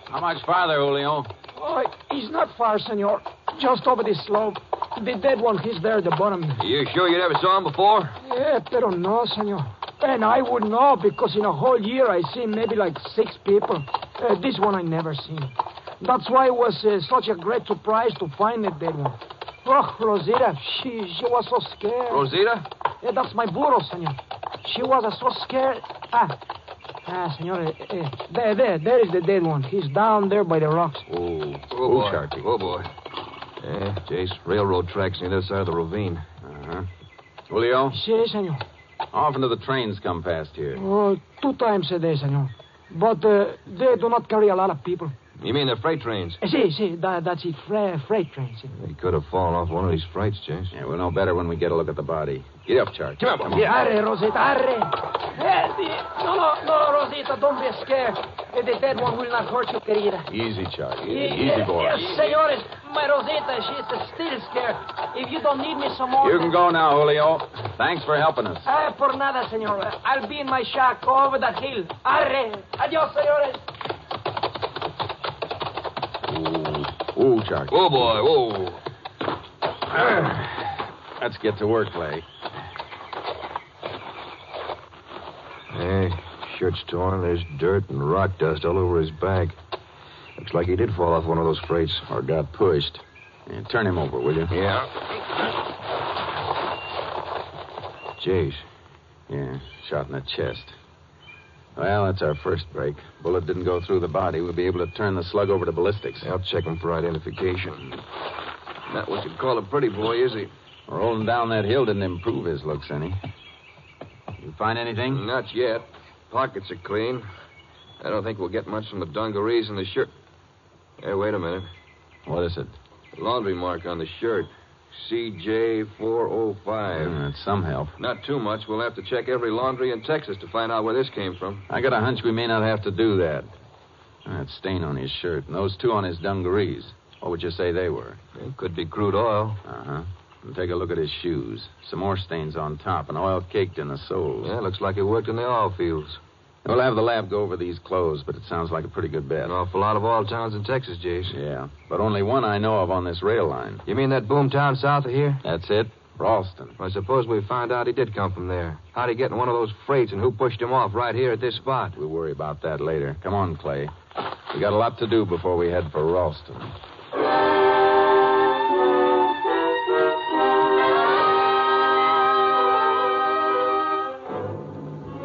[SPEAKER 6] How much farther, Julio?
[SPEAKER 5] Oh, he's not far, senor. Just over the slope. The dead one, he's there at the bottom.
[SPEAKER 6] You sure you never saw him before?
[SPEAKER 5] Yeah, pero no, senor. And I would know because in a whole year I seen maybe like six people. Uh, this one I never seen. That's why it was uh, such a great surprise to find the dead one. Oh, Rosita, she she was so scared.
[SPEAKER 6] Rosita?
[SPEAKER 5] Yeah, that's my burro, senor. She was uh, so scared. Ah, ah, senor, eh, eh, there, there, there is the dead one. He's down there by the rocks.
[SPEAKER 6] Oh, oh boy. Oh, boy. Yeah, Jace, railroad tracks near the other side of the ravine. Uh-huh. Julio,
[SPEAKER 5] Sí, senor.
[SPEAKER 6] how often do the trains come past here?
[SPEAKER 5] Oh, two times a day, senor. But uh, they do not carry a lot of people.
[SPEAKER 6] You mean the freight trains?
[SPEAKER 5] Eh, See, see, that, that's it, fre- freight trains.
[SPEAKER 6] They could have fallen off one of these freights, Jace. Yeah, we'll know better when we get a look at the body. Get up, Charlie. Come on.
[SPEAKER 5] Yeah, arre, Rosita, arre. Eh, the- no, no, no, Rosita, don't be scared. Eh, The dead one will not hurt you, querida.
[SPEAKER 6] Easy, Charlie.
[SPEAKER 5] Eh,
[SPEAKER 6] Easy,
[SPEAKER 5] eh,
[SPEAKER 6] boy.
[SPEAKER 5] Yes, senores, my Rosita, she's still scared. If you don't need me some more...
[SPEAKER 6] You can go now, Julio. Thanks for helping us.
[SPEAKER 5] Ah, por nada, senor. I'll be in my shack over that hill. Arre. Adios, senores.
[SPEAKER 6] Ooh, Charlie. Oh, boy. Whoa. Let's get to work, Clay.
[SPEAKER 13] Hey, shirt's torn. There's dirt and rock dust all over his back. Looks like he did fall off one of those freights or got pushed.
[SPEAKER 6] Yeah, turn him over, will you?
[SPEAKER 13] Yeah.
[SPEAKER 6] Jace. Yeah, shot in the chest. Well, that's our first break. Bullet didn't go through the body. We'll be able to turn the slug over to ballistics. I'll check him for identification. Not what you'd call a pretty boy, is he? Rolling down that hill didn't improve his looks any. You find anything?
[SPEAKER 14] Not yet. Pockets are clean. I don't think we'll get much from the dungarees and the shirt. Hey, wait a minute.
[SPEAKER 6] What is it?
[SPEAKER 14] Laundry mark on the shirt. CJ405.
[SPEAKER 6] Mm, that's some help.
[SPEAKER 14] Not too much. We'll have to check every laundry in Texas to find out where this came from.
[SPEAKER 6] I got a hunch we may not have to do that. That stain on his shirt and those two on his dungarees. What would you say they were?
[SPEAKER 14] It could be crude oil.
[SPEAKER 6] Uh huh. And take a look at his shoes. Some more stains on top and oil caked in the soles.
[SPEAKER 14] Yeah, looks like he worked in the oil fields.
[SPEAKER 6] We'll have the lab go over these clothes, but it sounds like a pretty good bet.
[SPEAKER 14] An awful lot of oil towns in Texas, Jace.
[SPEAKER 6] Yeah, but only one I know of on this rail line.
[SPEAKER 14] You mean that boom town south of here?
[SPEAKER 6] That's it, Ralston.
[SPEAKER 14] Well, suppose we find out he did come from there. How'd he get in one of those freights, and who pushed him off right here at this spot?
[SPEAKER 6] We'll worry about that later. Come on, Clay. We got a lot to do before we head for Ralston.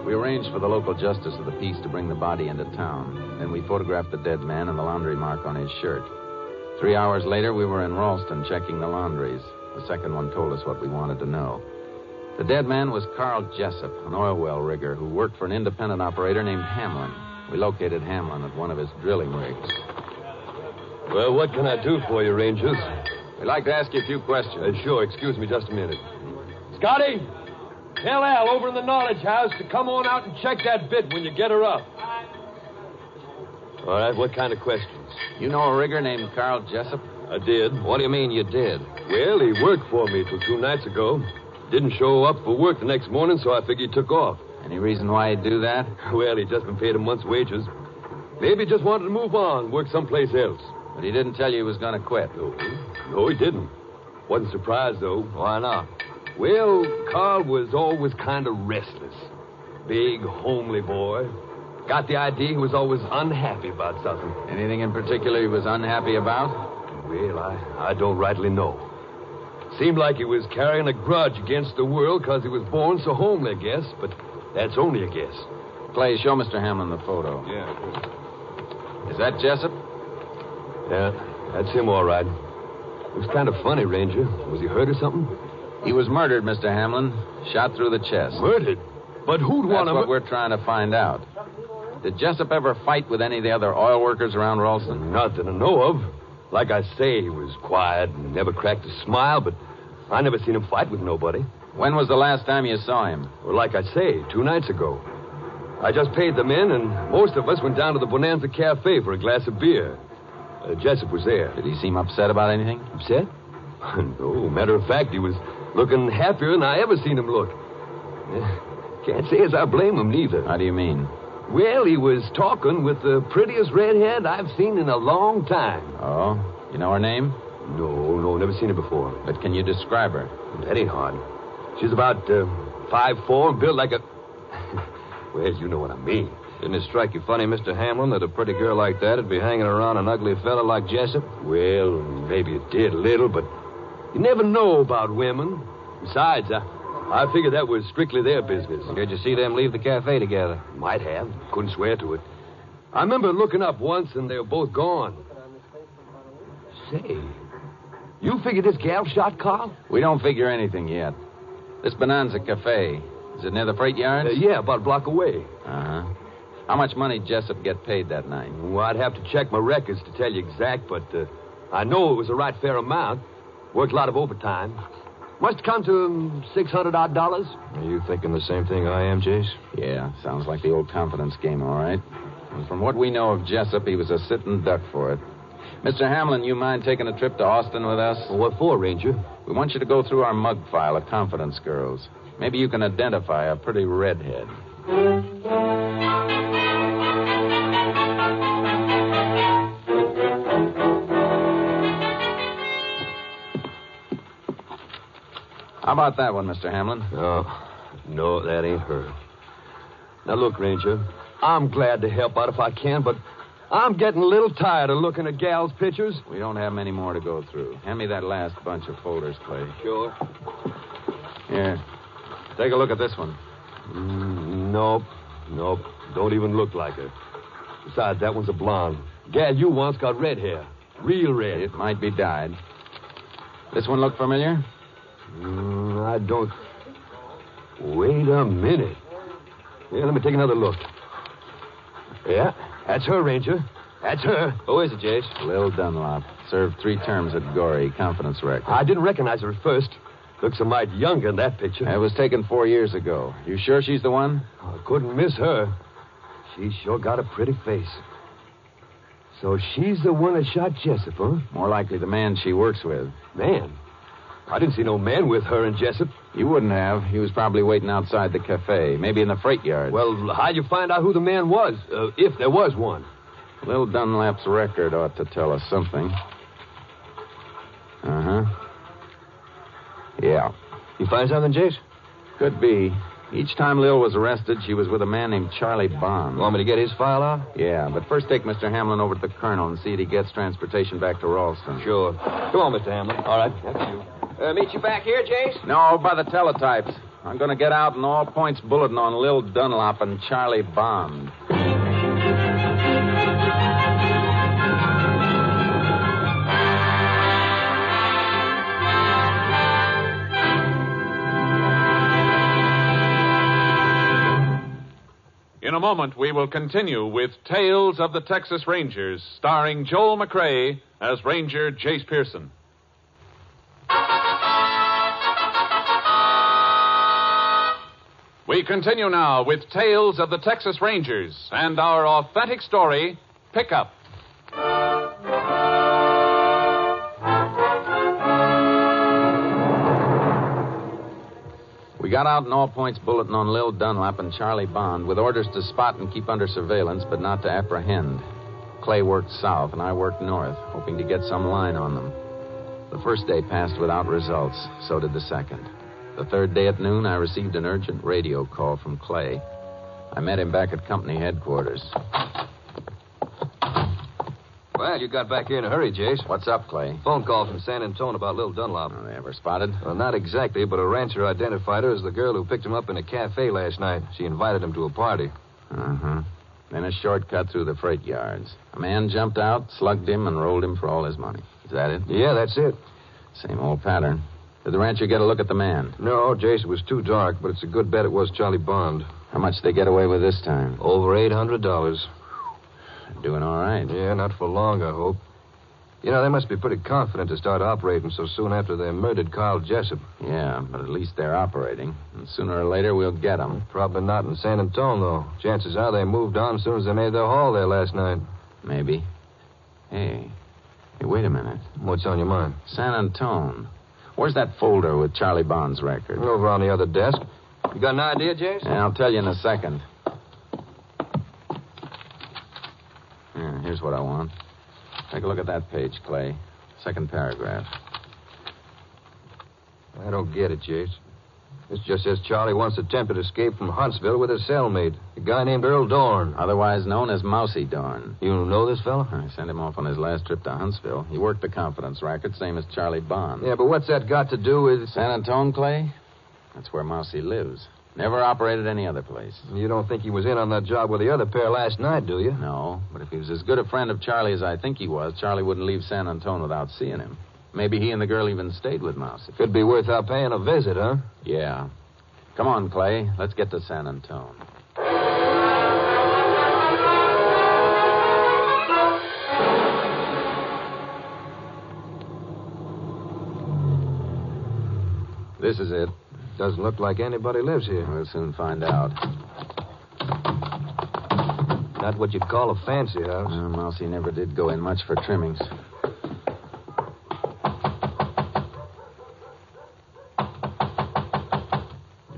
[SPEAKER 6] We arranged for the local justice of the peace to bring the body into town. Then we photographed the dead man and the laundry mark on his shirt. Three hours later, we were in Ralston checking the laundries. The second one told us what we wanted to know. The dead man was Carl Jessup, an oil well rigger who worked for an independent operator named Hamlin. We located Hamlin at one of his drilling rigs.
[SPEAKER 13] Well, what can I do for you, Rangers?
[SPEAKER 6] We'd like to ask you a few questions.
[SPEAKER 13] Uh, sure, excuse me just a minute. Scotty, Tell Al over in the knowledge house to come on out and check that bit when you get her up. All right, what kind of questions?
[SPEAKER 6] You know a rigger named Carl Jessup?
[SPEAKER 13] I did.
[SPEAKER 6] What do you mean you did?
[SPEAKER 13] Well, he worked for me till two nights ago. Didn't show up for work the next morning, so I figured he took off.
[SPEAKER 6] Any reason why he'd do that?
[SPEAKER 13] Well, he'd just been paid a month's wages. Maybe he just wanted to move on, work someplace else.
[SPEAKER 6] But he didn't tell you he was going to quit.
[SPEAKER 13] No. no, he didn't. Wasn't surprised, though.
[SPEAKER 6] Why not?
[SPEAKER 13] Well, Carl was always kind of restless. Big, homely boy. Got the idea he was always unhappy about something.
[SPEAKER 6] Anything in particular he was unhappy about?
[SPEAKER 13] Well, I, I don't rightly know. Seemed like he was carrying a grudge against the world because he was born so homely, I guess, but that's only a guess.
[SPEAKER 6] Clay, show Mr. Hamlin the photo.
[SPEAKER 13] Yeah.
[SPEAKER 6] Is that Jessup?
[SPEAKER 13] Yeah, that's him, all right. It was kind of funny, Ranger. Was he hurt or something?
[SPEAKER 6] He was murdered, Mr. Hamlin. Shot through the chest.
[SPEAKER 13] Murdered? But who'd
[SPEAKER 6] That's
[SPEAKER 13] want
[SPEAKER 6] That's
[SPEAKER 13] to.
[SPEAKER 6] what we're trying to find out. Did Jessup ever fight with any of the other oil workers around Ralston?
[SPEAKER 13] Not that I know of. Like I say, he was quiet and never cracked a smile, but I never seen him fight with nobody.
[SPEAKER 6] When was the last time you saw him?
[SPEAKER 13] Well, like I say, two nights ago. I just paid the men, and most of us went down to the Bonanza Cafe for a glass of beer. Uh, Jessup was there.
[SPEAKER 6] Did he seem upset about anything?
[SPEAKER 13] Upset? no. Matter of fact, he was looking happier than I ever seen him look. Uh, Can't say as I blame him, neither.
[SPEAKER 6] How do you mean?
[SPEAKER 13] Well, he was talking with the prettiest redhead I've seen in a long time.
[SPEAKER 6] Oh? You know her name?
[SPEAKER 13] No, no, never seen her before.
[SPEAKER 6] But can you describe her?
[SPEAKER 13] That ain't hard. She's about uh, five four, built like a. well, you know what I mean.
[SPEAKER 14] Didn't it strike you funny, Mr. Hamlin, that a pretty girl like that'd be hanging around an ugly fella like Jessup?
[SPEAKER 13] Well, maybe it did a little, but you never know about women. Besides, I, I figured that was strictly their business.
[SPEAKER 14] Did you see them leave the cafe together?
[SPEAKER 13] Might have. Couldn't swear to it. I remember looking up once and they were both gone. Say, you figure this gal shot Carl?
[SPEAKER 6] We don't figure anything yet. This Bonanza Cafe, is it near the freight yards?
[SPEAKER 13] Uh, yeah, about a block away.
[SPEAKER 6] Uh huh. How much money Jessup get paid that night?
[SPEAKER 13] Well, I'd have to check my records to tell you exact, but uh, I know it was a right fair amount. Worked a lot of overtime. Must come to um, six hundred odd dollars.
[SPEAKER 14] Are you thinking the same thing I am, Jace?
[SPEAKER 6] Yeah, sounds like the old confidence game, all right. And from what we know of Jessup, he was a sitting duck for it. Mr. Hamlin, you mind taking a trip to Austin with us?
[SPEAKER 13] Well, what for, Ranger?
[SPEAKER 6] We want you to go through our mug file of confidence girls. Maybe you can identify a pretty redhead. How about that one, Mr. Hamlin?
[SPEAKER 13] No. Oh, No, that ain't her. Now, look, Ranger, I'm glad to help out if I can, but I'm getting a little tired of looking at gals' pictures.
[SPEAKER 6] We don't have many more to go through. Hand me that last bunch of folders, Clay.
[SPEAKER 13] Sure.
[SPEAKER 6] Here.
[SPEAKER 14] Take a look at this one.
[SPEAKER 13] Mm, nope. Nope. Don't even look like her. Besides, that one's a blonde. Gal, you once got red hair. Real red.
[SPEAKER 6] It might be dyed. This one look familiar?
[SPEAKER 13] Mm, I don't. Wait a minute. Yeah, let me take another look. Yeah, that's her, Ranger. That's her.
[SPEAKER 6] Who is it, Jace? Lil Dunlop. Served three terms at Gorey, confidence wreck.
[SPEAKER 13] I didn't recognize her at first. Looks a mite younger in that picture.
[SPEAKER 6] It was taken four years ago. You sure she's the one?
[SPEAKER 13] Oh, couldn't miss her. She sure got a pretty face. So she's the one that shot Jessup, huh?
[SPEAKER 6] More likely the man she works with.
[SPEAKER 13] Man? I didn't see no man with her and Jessup.
[SPEAKER 6] You wouldn't have. He was probably waiting outside the cafe, maybe in the freight yard.
[SPEAKER 13] Well, how'd you find out who the man was, uh, if there was one?
[SPEAKER 6] Lil Dunlap's record ought to tell us something. Uh huh. Yeah.
[SPEAKER 13] You find something, Jace?
[SPEAKER 6] Could be. Each time Lil was arrested, she was with a man named Charlie Bond.
[SPEAKER 13] You want me to get his file out?
[SPEAKER 6] Yeah, but first take Mr. Hamlin over to the colonel and see that he gets transportation back to Ralston.
[SPEAKER 13] Sure. Come on, Mr. Hamlin. All right. That's you.
[SPEAKER 12] Uh, meet you back here, Jace?
[SPEAKER 6] No, by the teletypes. I'm going to get out an all points bulletin on Lil Dunlop and Charlie Bond.
[SPEAKER 1] In a moment, we will continue with Tales of the Texas Rangers, starring Joel McRae as Ranger Jace Pearson. We continue now with Tales of the Texas Rangers and our authentic story, Pickup.
[SPEAKER 6] We got out an all points bulletin on Lil Dunlap and Charlie Bond with orders to spot and keep under surveillance, but not to apprehend. Clay worked south and I worked north, hoping to get some line on them. The first day passed without results, so did the second. The third day at noon, I received an urgent radio call from Clay. I met him back at company headquarters.
[SPEAKER 14] Well, you got back here in a hurry, Jace.
[SPEAKER 6] What's up, Clay?
[SPEAKER 14] Phone call from San Antonio about Lil Dunlop.
[SPEAKER 6] Oh, they ever spotted?
[SPEAKER 14] Well, not exactly, but a rancher identified her as the girl who picked him up in a cafe last night. She invited him to a party.
[SPEAKER 6] Uh huh. Then a shortcut through the freight yards. A man jumped out, slugged him, and rolled him for all his money. Is that it?
[SPEAKER 14] Yeah, that's it.
[SPEAKER 6] Same old pattern. Did the rancher get a look at the man?
[SPEAKER 14] No, Jace, it was too dark, but it's a good bet it was Charlie Bond.
[SPEAKER 6] How much they get away with this time?
[SPEAKER 14] Over $800.
[SPEAKER 6] Doing all right.
[SPEAKER 14] Yeah, not for long, I hope. You know, they must be pretty confident to start operating so soon after they murdered Carl Jessup.
[SPEAKER 6] Yeah, but at least they're operating. And sooner or later, we'll get them.
[SPEAKER 14] Probably not in San Antonio, though. Chances are they moved on as soon as they made their haul there last night.
[SPEAKER 6] Maybe. Hey. Hey, wait a minute.
[SPEAKER 14] What's on your mind?
[SPEAKER 6] San Antonio. Where's that folder with Charlie Bond's record?
[SPEAKER 14] Over on the other desk. You got an idea, Jason?
[SPEAKER 6] Yeah, I'll tell you in a second. here's what I want. Take a look at that page, Clay. Second paragraph.
[SPEAKER 14] I don't get it, Chase. This just says Charlie once attempted escape from Huntsville with his cellmate, a guy named Earl Dorn.
[SPEAKER 6] Otherwise known as Mousy Dorn.
[SPEAKER 14] You know this fellow?
[SPEAKER 6] I sent him off on his last trip to Huntsville. He worked the confidence racket, same as Charlie Bond.
[SPEAKER 14] Yeah, but what's that got to do with.
[SPEAKER 6] San Antone, Clay? That's where Mousy lives. Never operated any other place.
[SPEAKER 14] You don't think he was in on that job with the other pair last night, do you?
[SPEAKER 6] No, but if he was as good a friend of Charlie as I think he was, Charlie wouldn't leave San Antonio without seeing him. Maybe he and the girl even stayed with Mousy.
[SPEAKER 14] Could be worth our paying a visit, huh?
[SPEAKER 6] Yeah. Come on, Clay. Let's get to San Antonio.
[SPEAKER 14] This is it. Doesn't look like anybody lives here.
[SPEAKER 6] We'll soon find out.
[SPEAKER 14] Not what you'd call a fancy house.
[SPEAKER 6] Well, Mousy never did go in much for trimmings.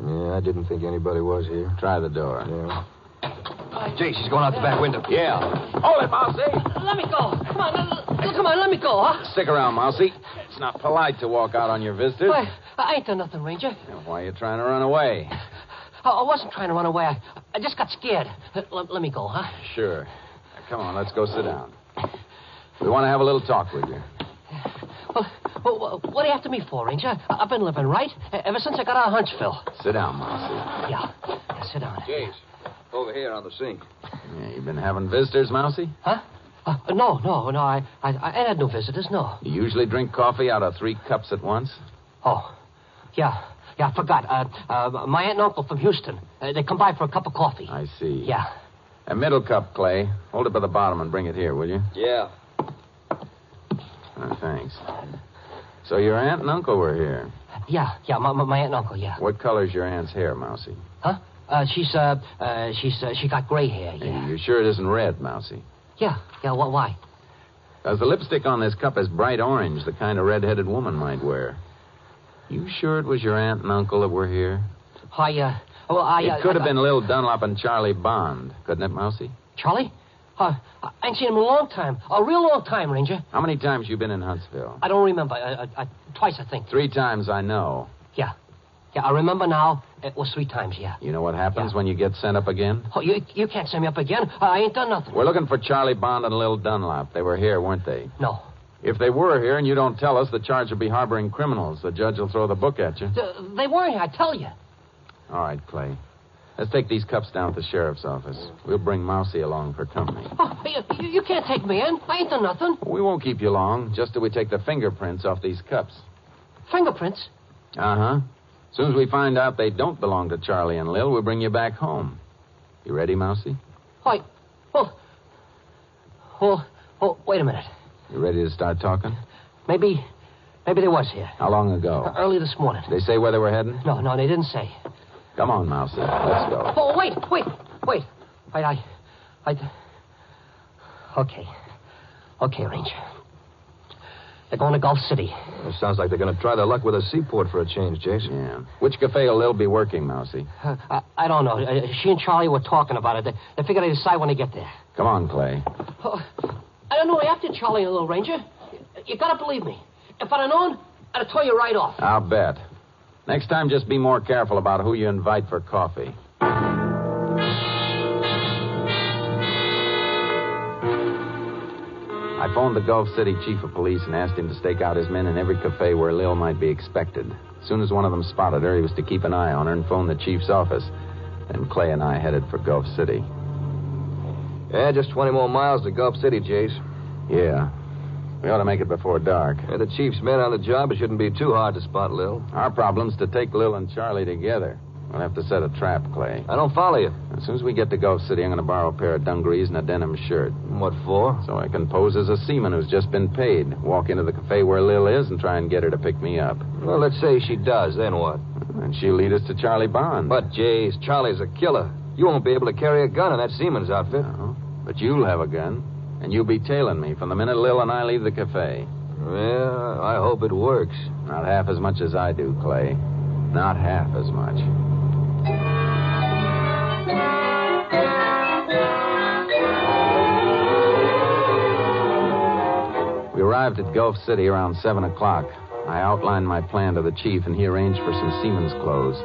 [SPEAKER 14] Yeah, I didn't think anybody was here.
[SPEAKER 6] Try the door.
[SPEAKER 14] Yeah.
[SPEAKER 12] Jay, she's going out the back window.
[SPEAKER 6] Yeah.
[SPEAKER 12] Hold it, Mousy.
[SPEAKER 15] Let me go. Come on, l- l- come on, let me go, huh?
[SPEAKER 6] Stick around, Mousy. It's not polite to walk out on your visitors.
[SPEAKER 15] Why, I ain't done nothing, Ranger.
[SPEAKER 6] Then why are you trying to run away?
[SPEAKER 15] I, I wasn't trying to run away. I, I just got scared. L- let me go, huh?
[SPEAKER 6] Sure. Now, come on, let's go sit down. We want to have a little talk with you.
[SPEAKER 15] Well, Well, what are you after me for, Ranger? I- I've been living right e- ever since I got out of Huntsville.
[SPEAKER 6] Sit down, Mousy.
[SPEAKER 15] Yeah. yeah sit down.
[SPEAKER 14] James, over here on the sink.
[SPEAKER 6] Yeah, you been having visitors, Mousy?
[SPEAKER 15] Huh? Uh, no, no, no. I, I, I ain't had no visitors, no.
[SPEAKER 6] You usually drink coffee out of three cups at once?
[SPEAKER 15] Oh, yeah. Yeah, I forgot. Uh, uh, my aunt and uncle from Houston. Uh, they come by for a cup of coffee.
[SPEAKER 6] I see.
[SPEAKER 15] Yeah.
[SPEAKER 6] A middle cup, Clay. Hold it by the bottom and bring it here, will you?
[SPEAKER 14] Yeah.
[SPEAKER 6] Oh, thanks. So your aunt and uncle were here.
[SPEAKER 15] Yeah, yeah. My, my, my aunt and uncle, yeah.
[SPEAKER 6] What color's your aunt's hair, Mousy?
[SPEAKER 15] Huh? Uh, she's, uh, uh, she's, uh, she got gray hair, yeah.
[SPEAKER 6] You're sure it isn't red, Mousy?
[SPEAKER 15] Yeah, yeah, wh- why?
[SPEAKER 6] Because the lipstick on this cup is bright orange, the kind a red-headed woman might wear. You sure it was your aunt and uncle that were here?
[SPEAKER 15] I, uh, well, I... uh,
[SPEAKER 6] it could
[SPEAKER 15] I-
[SPEAKER 6] have been Lil Dunlop and Charlie Bond, couldn't it, Mousy?
[SPEAKER 15] Charlie? Uh, I ain't seen him in a long time. A real long time, Ranger.
[SPEAKER 6] How many times you been in Huntsville?
[SPEAKER 15] I don't remember. I, I, I, twice, I think.
[SPEAKER 6] Three times, I know.
[SPEAKER 15] Yeah. Yeah, I remember now. It was three times, yeah.
[SPEAKER 6] You know what happens when you get sent up again?
[SPEAKER 15] Oh, you, you can't send me up again. I ain't done nothing.
[SPEAKER 6] We're looking for Charlie Bond and Lil Dunlop. They were here, weren't they?
[SPEAKER 15] No.
[SPEAKER 6] If they were here and you don't tell us, the charge will be harboring criminals. The judge will throw the book at you.
[SPEAKER 15] Th- Uh, They weren't, I tell you.
[SPEAKER 6] All right, Clay. Let's take these cups down to the sheriff's office. We'll bring Mousy along for company.
[SPEAKER 15] Oh, you, you- you can't take me in. I ain't done nothing.
[SPEAKER 6] We won't keep you long, just till we take the fingerprints off these cups.
[SPEAKER 15] Fingerprints?
[SPEAKER 6] Uh huh. As soon as we find out they don't belong to Charlie and Lil, we'll bring you back home. You ready, Mousy?
[SPEAKER 15] Why? Oh. Oh, oh, wait a minute.
[SPEAKER 6] You ready to start talking?
[SPEAKER 15] Maybe, maybe they was here.
[SPEAKER 6] How long ago?
[SPEAKER 15] Early this morning.
[SPEAKER 6] They say where they were heading?
[SPEAKER 15] No, no, they didn't say.
[SPEAKER 6] Come on, Mousy. Let's go.
[SPEAKER 15] Oh, wait, wait, wait. Wait, I. I. Okay. Okay, Ranger. They're going to Gulf City.
[SPEAKER 16] It sounds like they're going to try their luck with a seaport for a change, Jason.
[SPEAKER 6] Yeah. Which cafe will Lil be working, Mousy?
[SPEAKER 15] Uh, I, I don't know. Uh, she and Charlie were talking about it. They, they figure they decide when they get there.
[SPEAKER 6] Come on, Clay.
[SPEAKER 15] Oh, I don't know after Charlie and Little Ranger. You gotta believe me. If I'd have known, I'd have tore you right off.
[SPEAKER 6] I'll bet. Next time, just be more careful about who you invite for coffee. I phoned the Gulf City chief of police and asked him to stake out his men in every cafe where Lil might be expected. As soon as one of them spotted her, he was to keep an eye on her and phone the chief's office. Then Clay and I headed for Gulf City.
[SPEAKER 16] Yeah, just 20 more miles to Gulf City, Jason.
[SPEAKER 6] Yeah. We ought to make it before dark.
[SPEAKER 16] Yeah, the chief's men on the job, it shouldn't be too hard to spot Lil.
[SPEAKER 6] Our problem's to take Lil and Charlie together. We'll have to set a trap, Clay.
[SPEAKER 16] I don't follow you.
[SPEAKER 6] As soon as we get to Gulf City, I'm going to borrow a pair of dungarees and a denim shirt.
[SPEAKER 16] What for?
[SPEAKER 6] So I can pose as a seaman who's just been paid, walk into the cafe where Lil is, and try and get her to pick me up.
[SPEAKER 16] Well, let's say she does, then what?
[SPEAKER 6] And she'll lead us to Charlie Bond.
[SPEAKER 16] But, Jays, Charlie's a killer. You won't be able to carry a gun in that seaman's outfit.
[SPEAKER 6] But you'll have a gun, and you'll be tailing me from the minute Lil and I leave the cafe.
[SPEAKER 16] Well, I hope it works.
[SPEAKER 6] Not half as much as I do, Clay. Not half as much. We arrived at Gulf City around 7 o'clock. I outlined my plan to the chief, and he arranged for some seaman's clothes.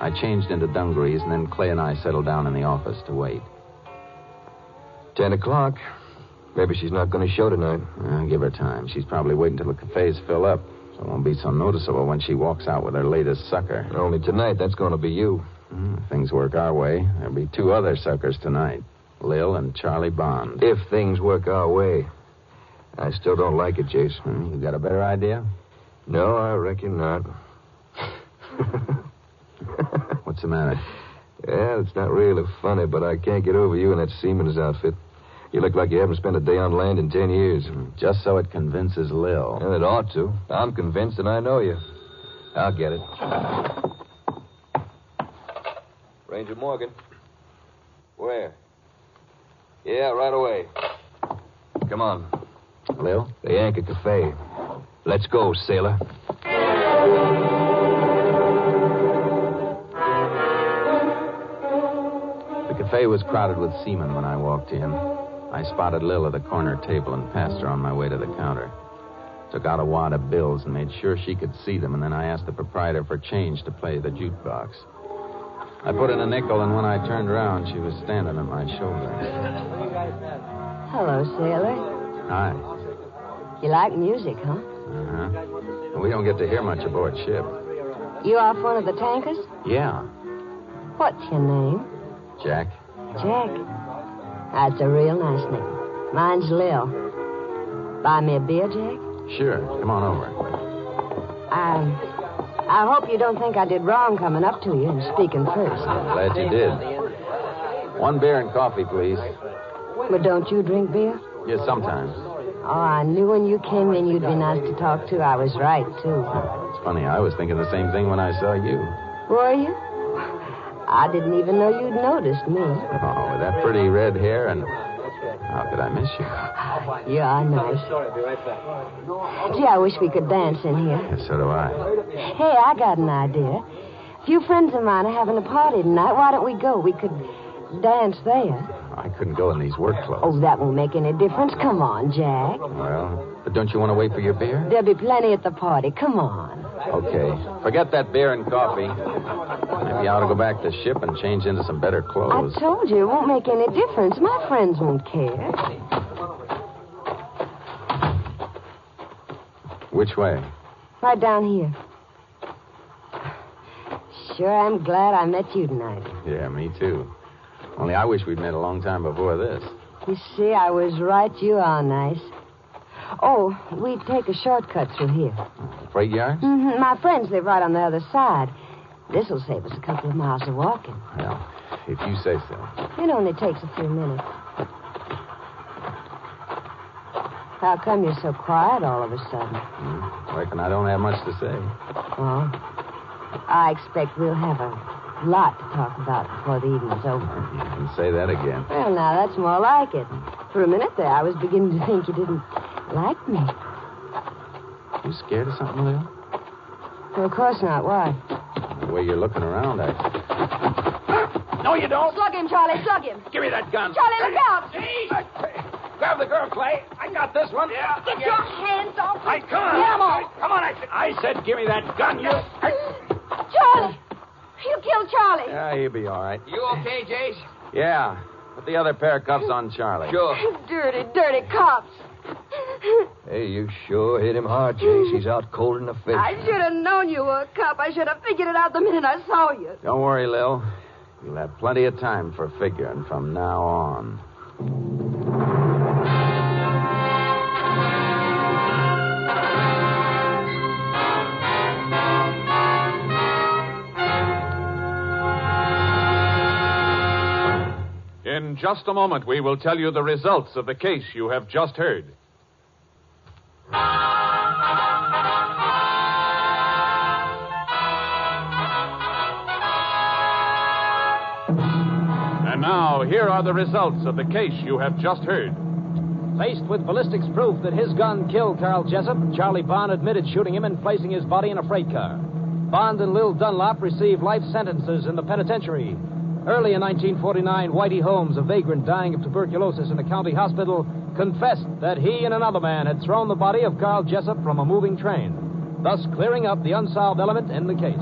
[SPEAKER 6] I changed into dungarees, and then Clay and I settled down in the office to wait.
[SPEAKER 16] Ten o'clock. Maybe she's not going to show tonight.
[SPEAKER 6] Uh, give her time. She's probably waiting till the cafes fill up, so it won't be so noticeable when she walks out with her latest sucker.
[SPEAKER 16] Only tonight, that's going to be you.
[SPEAKER 6] Mm, if things work our way, there'll be two other suckers tonight Lil and Charlie Bond.
[SPEAKER 16] If things work our way. I still don't like it, Jason.
[SPEAKER 6] Hmm, You got a better idea?
[SPEAKER 16] No, I reckon not.
[SPEAKER 6] What's the matter?
[SPEAKER 16] Yeah, it's not really funny, but I can't get over you in that seaman's outfit. You look like you haven't spent a day on land in ten years.
[SPEAKER 6] Hmm, Just so it convinces Lil.
[SPEAKER 16] And it ought to. I'm convinced, and I know you. I'll get it.
[SPEAKER 14] Ranger Morgan. Where? Yeah, right away.
[SPEAKER 16] Come on.
[SPEAKER 6] Lil?
[SPEAKER 16] The Anchor Cafe. Let's go, sailor.
[SPEAKER 6] The cafe was crowded with seamen when I walked in. I spotted Lil at a corner table and passed her on my way to the counter. Took out a wad of bills and made sure she could see them, and then I asked the proprietor for change to play the jukebox. I put in a nickel, and when I turned around, she was standing at my shoulder.
[SPEAKER 8] Hello, sailor.
[SPEAKER 6] Hi.
[SPEAKER 7] You like music, huh?
[SPEAKER 6] Uh-huh. We don't get to hear much aboard ship.
[SPEAKER 7] You off one of the tankers?
[SPEAKER 6] Yeah.
[SPEAKER 7] What's your name?
[SPEAKER 6] Jack.
[SPEAKER 7] Jack. That's a real nice name. Mine's Lil. Buy me a beer, Jack?
[SPEAKER 6] Sure. Come on over.
[SPEAKER 7] I, I hope you don't think I did wrong coming up to you and speaking first.
[SPEAKER 6] Glad you did. One beer and coffee, please.
[SPEAKER 7] But don't you drink beer?
[SPEAKER 6] Yeah, sometimes.
[SPEAKER 7] Oh, I knew when you came in you'd be nice to talk to. I was right, too.
[SPEAKER 6] It's funny, I was thinking the same thing when I saw you.
[SPEAKER 7] Were you? I didn't even know you'd noticed me.
[SPEAKER 6] Oh, with that pretty red hair and. How could I miss you?
[SPEAKER 7] You are nice. Gee, I wish we could dance in here.
[SPEAKER 6] Yeah, so do I.
[SPEAKER 7] Hey, I got an idea. A few friends of mine are having a party tonight. Why don't we go? We could dance there.
[SPEAKER 6] I couldn't go in these work clothes.
[SPEAKER 7] Oh, that won't make any difference. Come on, Jack.
[SPEAKER 6] Well, but don't you want to wait for your beer?
[SPEAKER 7] There'll be plenty at the party. Come on.
[SPEAKER 6] Okay. Forget that beer and coffee. Maybe I ought to go back to ship and change into some better clothes.
[SPEAKER 7] I told you it won't make any difference. My friends won't care.
[SPEAKER 6] Which way?
[SPEAKER 7] Right down here. Sure, I'm glad I met you tonight.
[SPEAKER 6] Yeah, me too. Only I wish we'd met a long time before this.
[SPEAKER 7] You see, I was right. You are nice. Oh, we take a shortcut through here.
[SPEAKER 6] Freight yard?
[SPEAKER 7] hmm My friends live right on the other side. This'll save us a couple of miles of walking.
[SPEAKER 6] Well, if you say so.
[SPEAKER 7] It only takes a few minutes. How come you're so quiet all of a sudden?
[SPEAKER 6] Hmm? Reckon I don't have much to say.
[SPEAKER 7] Well, I expect we'll have a lot to talk about before the evening's over.
[SPEAKER 6] You can say that again.
[SPEAKER 7] Well, now that's more like it. For a minute there, I was beginning to think you didn't like me.
[SPEAKER 6] You scared of something, Lil?
[SPEAKER 7] Well, of course not. Why?
[SPEAKER 6] The way you're looking around, I.
[SPEAKER 17] No, you don't.
[SPEAKER 5] Slug him, Charlie. Slug him.
[SPEAKER 17] Give me that gun.
[SPEAKER 5] Charlie, look out.
[SPEAKER 17] Grab the girl, Clay. I got this one. Yeah.
[SPEAKER 5] Get your hands off
[SPEAKER 17] Hey, come on.
[SPEAKER 5] Get 'em off.
[SPEAKER 17] Come on, I said. I said, give me that gun. You.
[SPEAKER 5] Charlie. You killed Charlie.
[SPEAKER 6] Yeah, he'll be all right.
[SPEAKER 17] You okay, Jace?
[SPEAKER 6] Yeah. Put the other pair of cuffs on Charlie.
[SPEAKER 5] Dirty, dirty cops.
[SPEAKER 13] Hey, you sure hit him hard, Chase. He's out cold in the face.
[SPEAKER 5] I should have known you were a cop. I should have figured it out the minute I saw you.
[SPEAKER 6] Don't worry, Lil. You'll have plenty of time for figuring from now on.
[SPEAKER 1] In just a moment, we will tell you the results of the case you have just heard. And now, here are the results of the case you have just heard.
[SPEAKER 2] Faced with ballistics proof that his gun killed Carl Jessup, Charlie Bond admitted shooting him and placing his body in a freight car. Bond and Lil Dunlop received life sentences in the penitentiary. Early in 1949, Whitey Holmes, a vagrant dying of tuberculosis in a county hospital, confessed that he and another man had thrown the body of Carl Jessup from a moving train, thus clearing up the unsolved element in the case.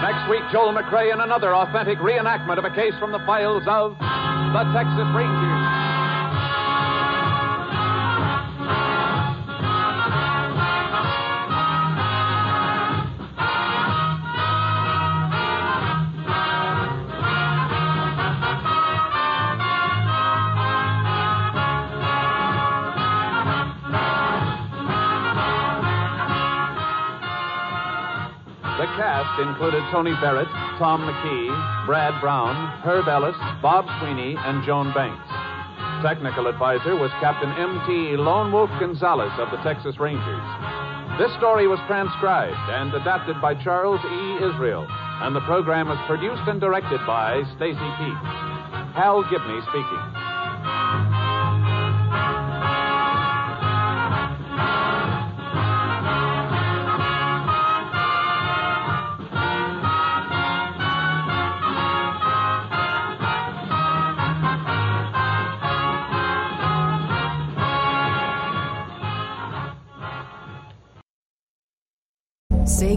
[SPEAKER 1] Next week, Joel McRae in another authentic reenactment of a case from the files of the Texas Rangers. The cast included Tony Barrett, Tom McKee, Brad Brown, Herb Ellis, Bob Sweeney, and Joan Banks. Technical advisor was Captain M.T. Lone Wolf Gonzalez of the Texas Rangers. This story was transcribed and adapted by Charles E. Israel, and the program was produced and directed by Stacy Keith. Hal Gibney speaking.
[SPEAKER 18] say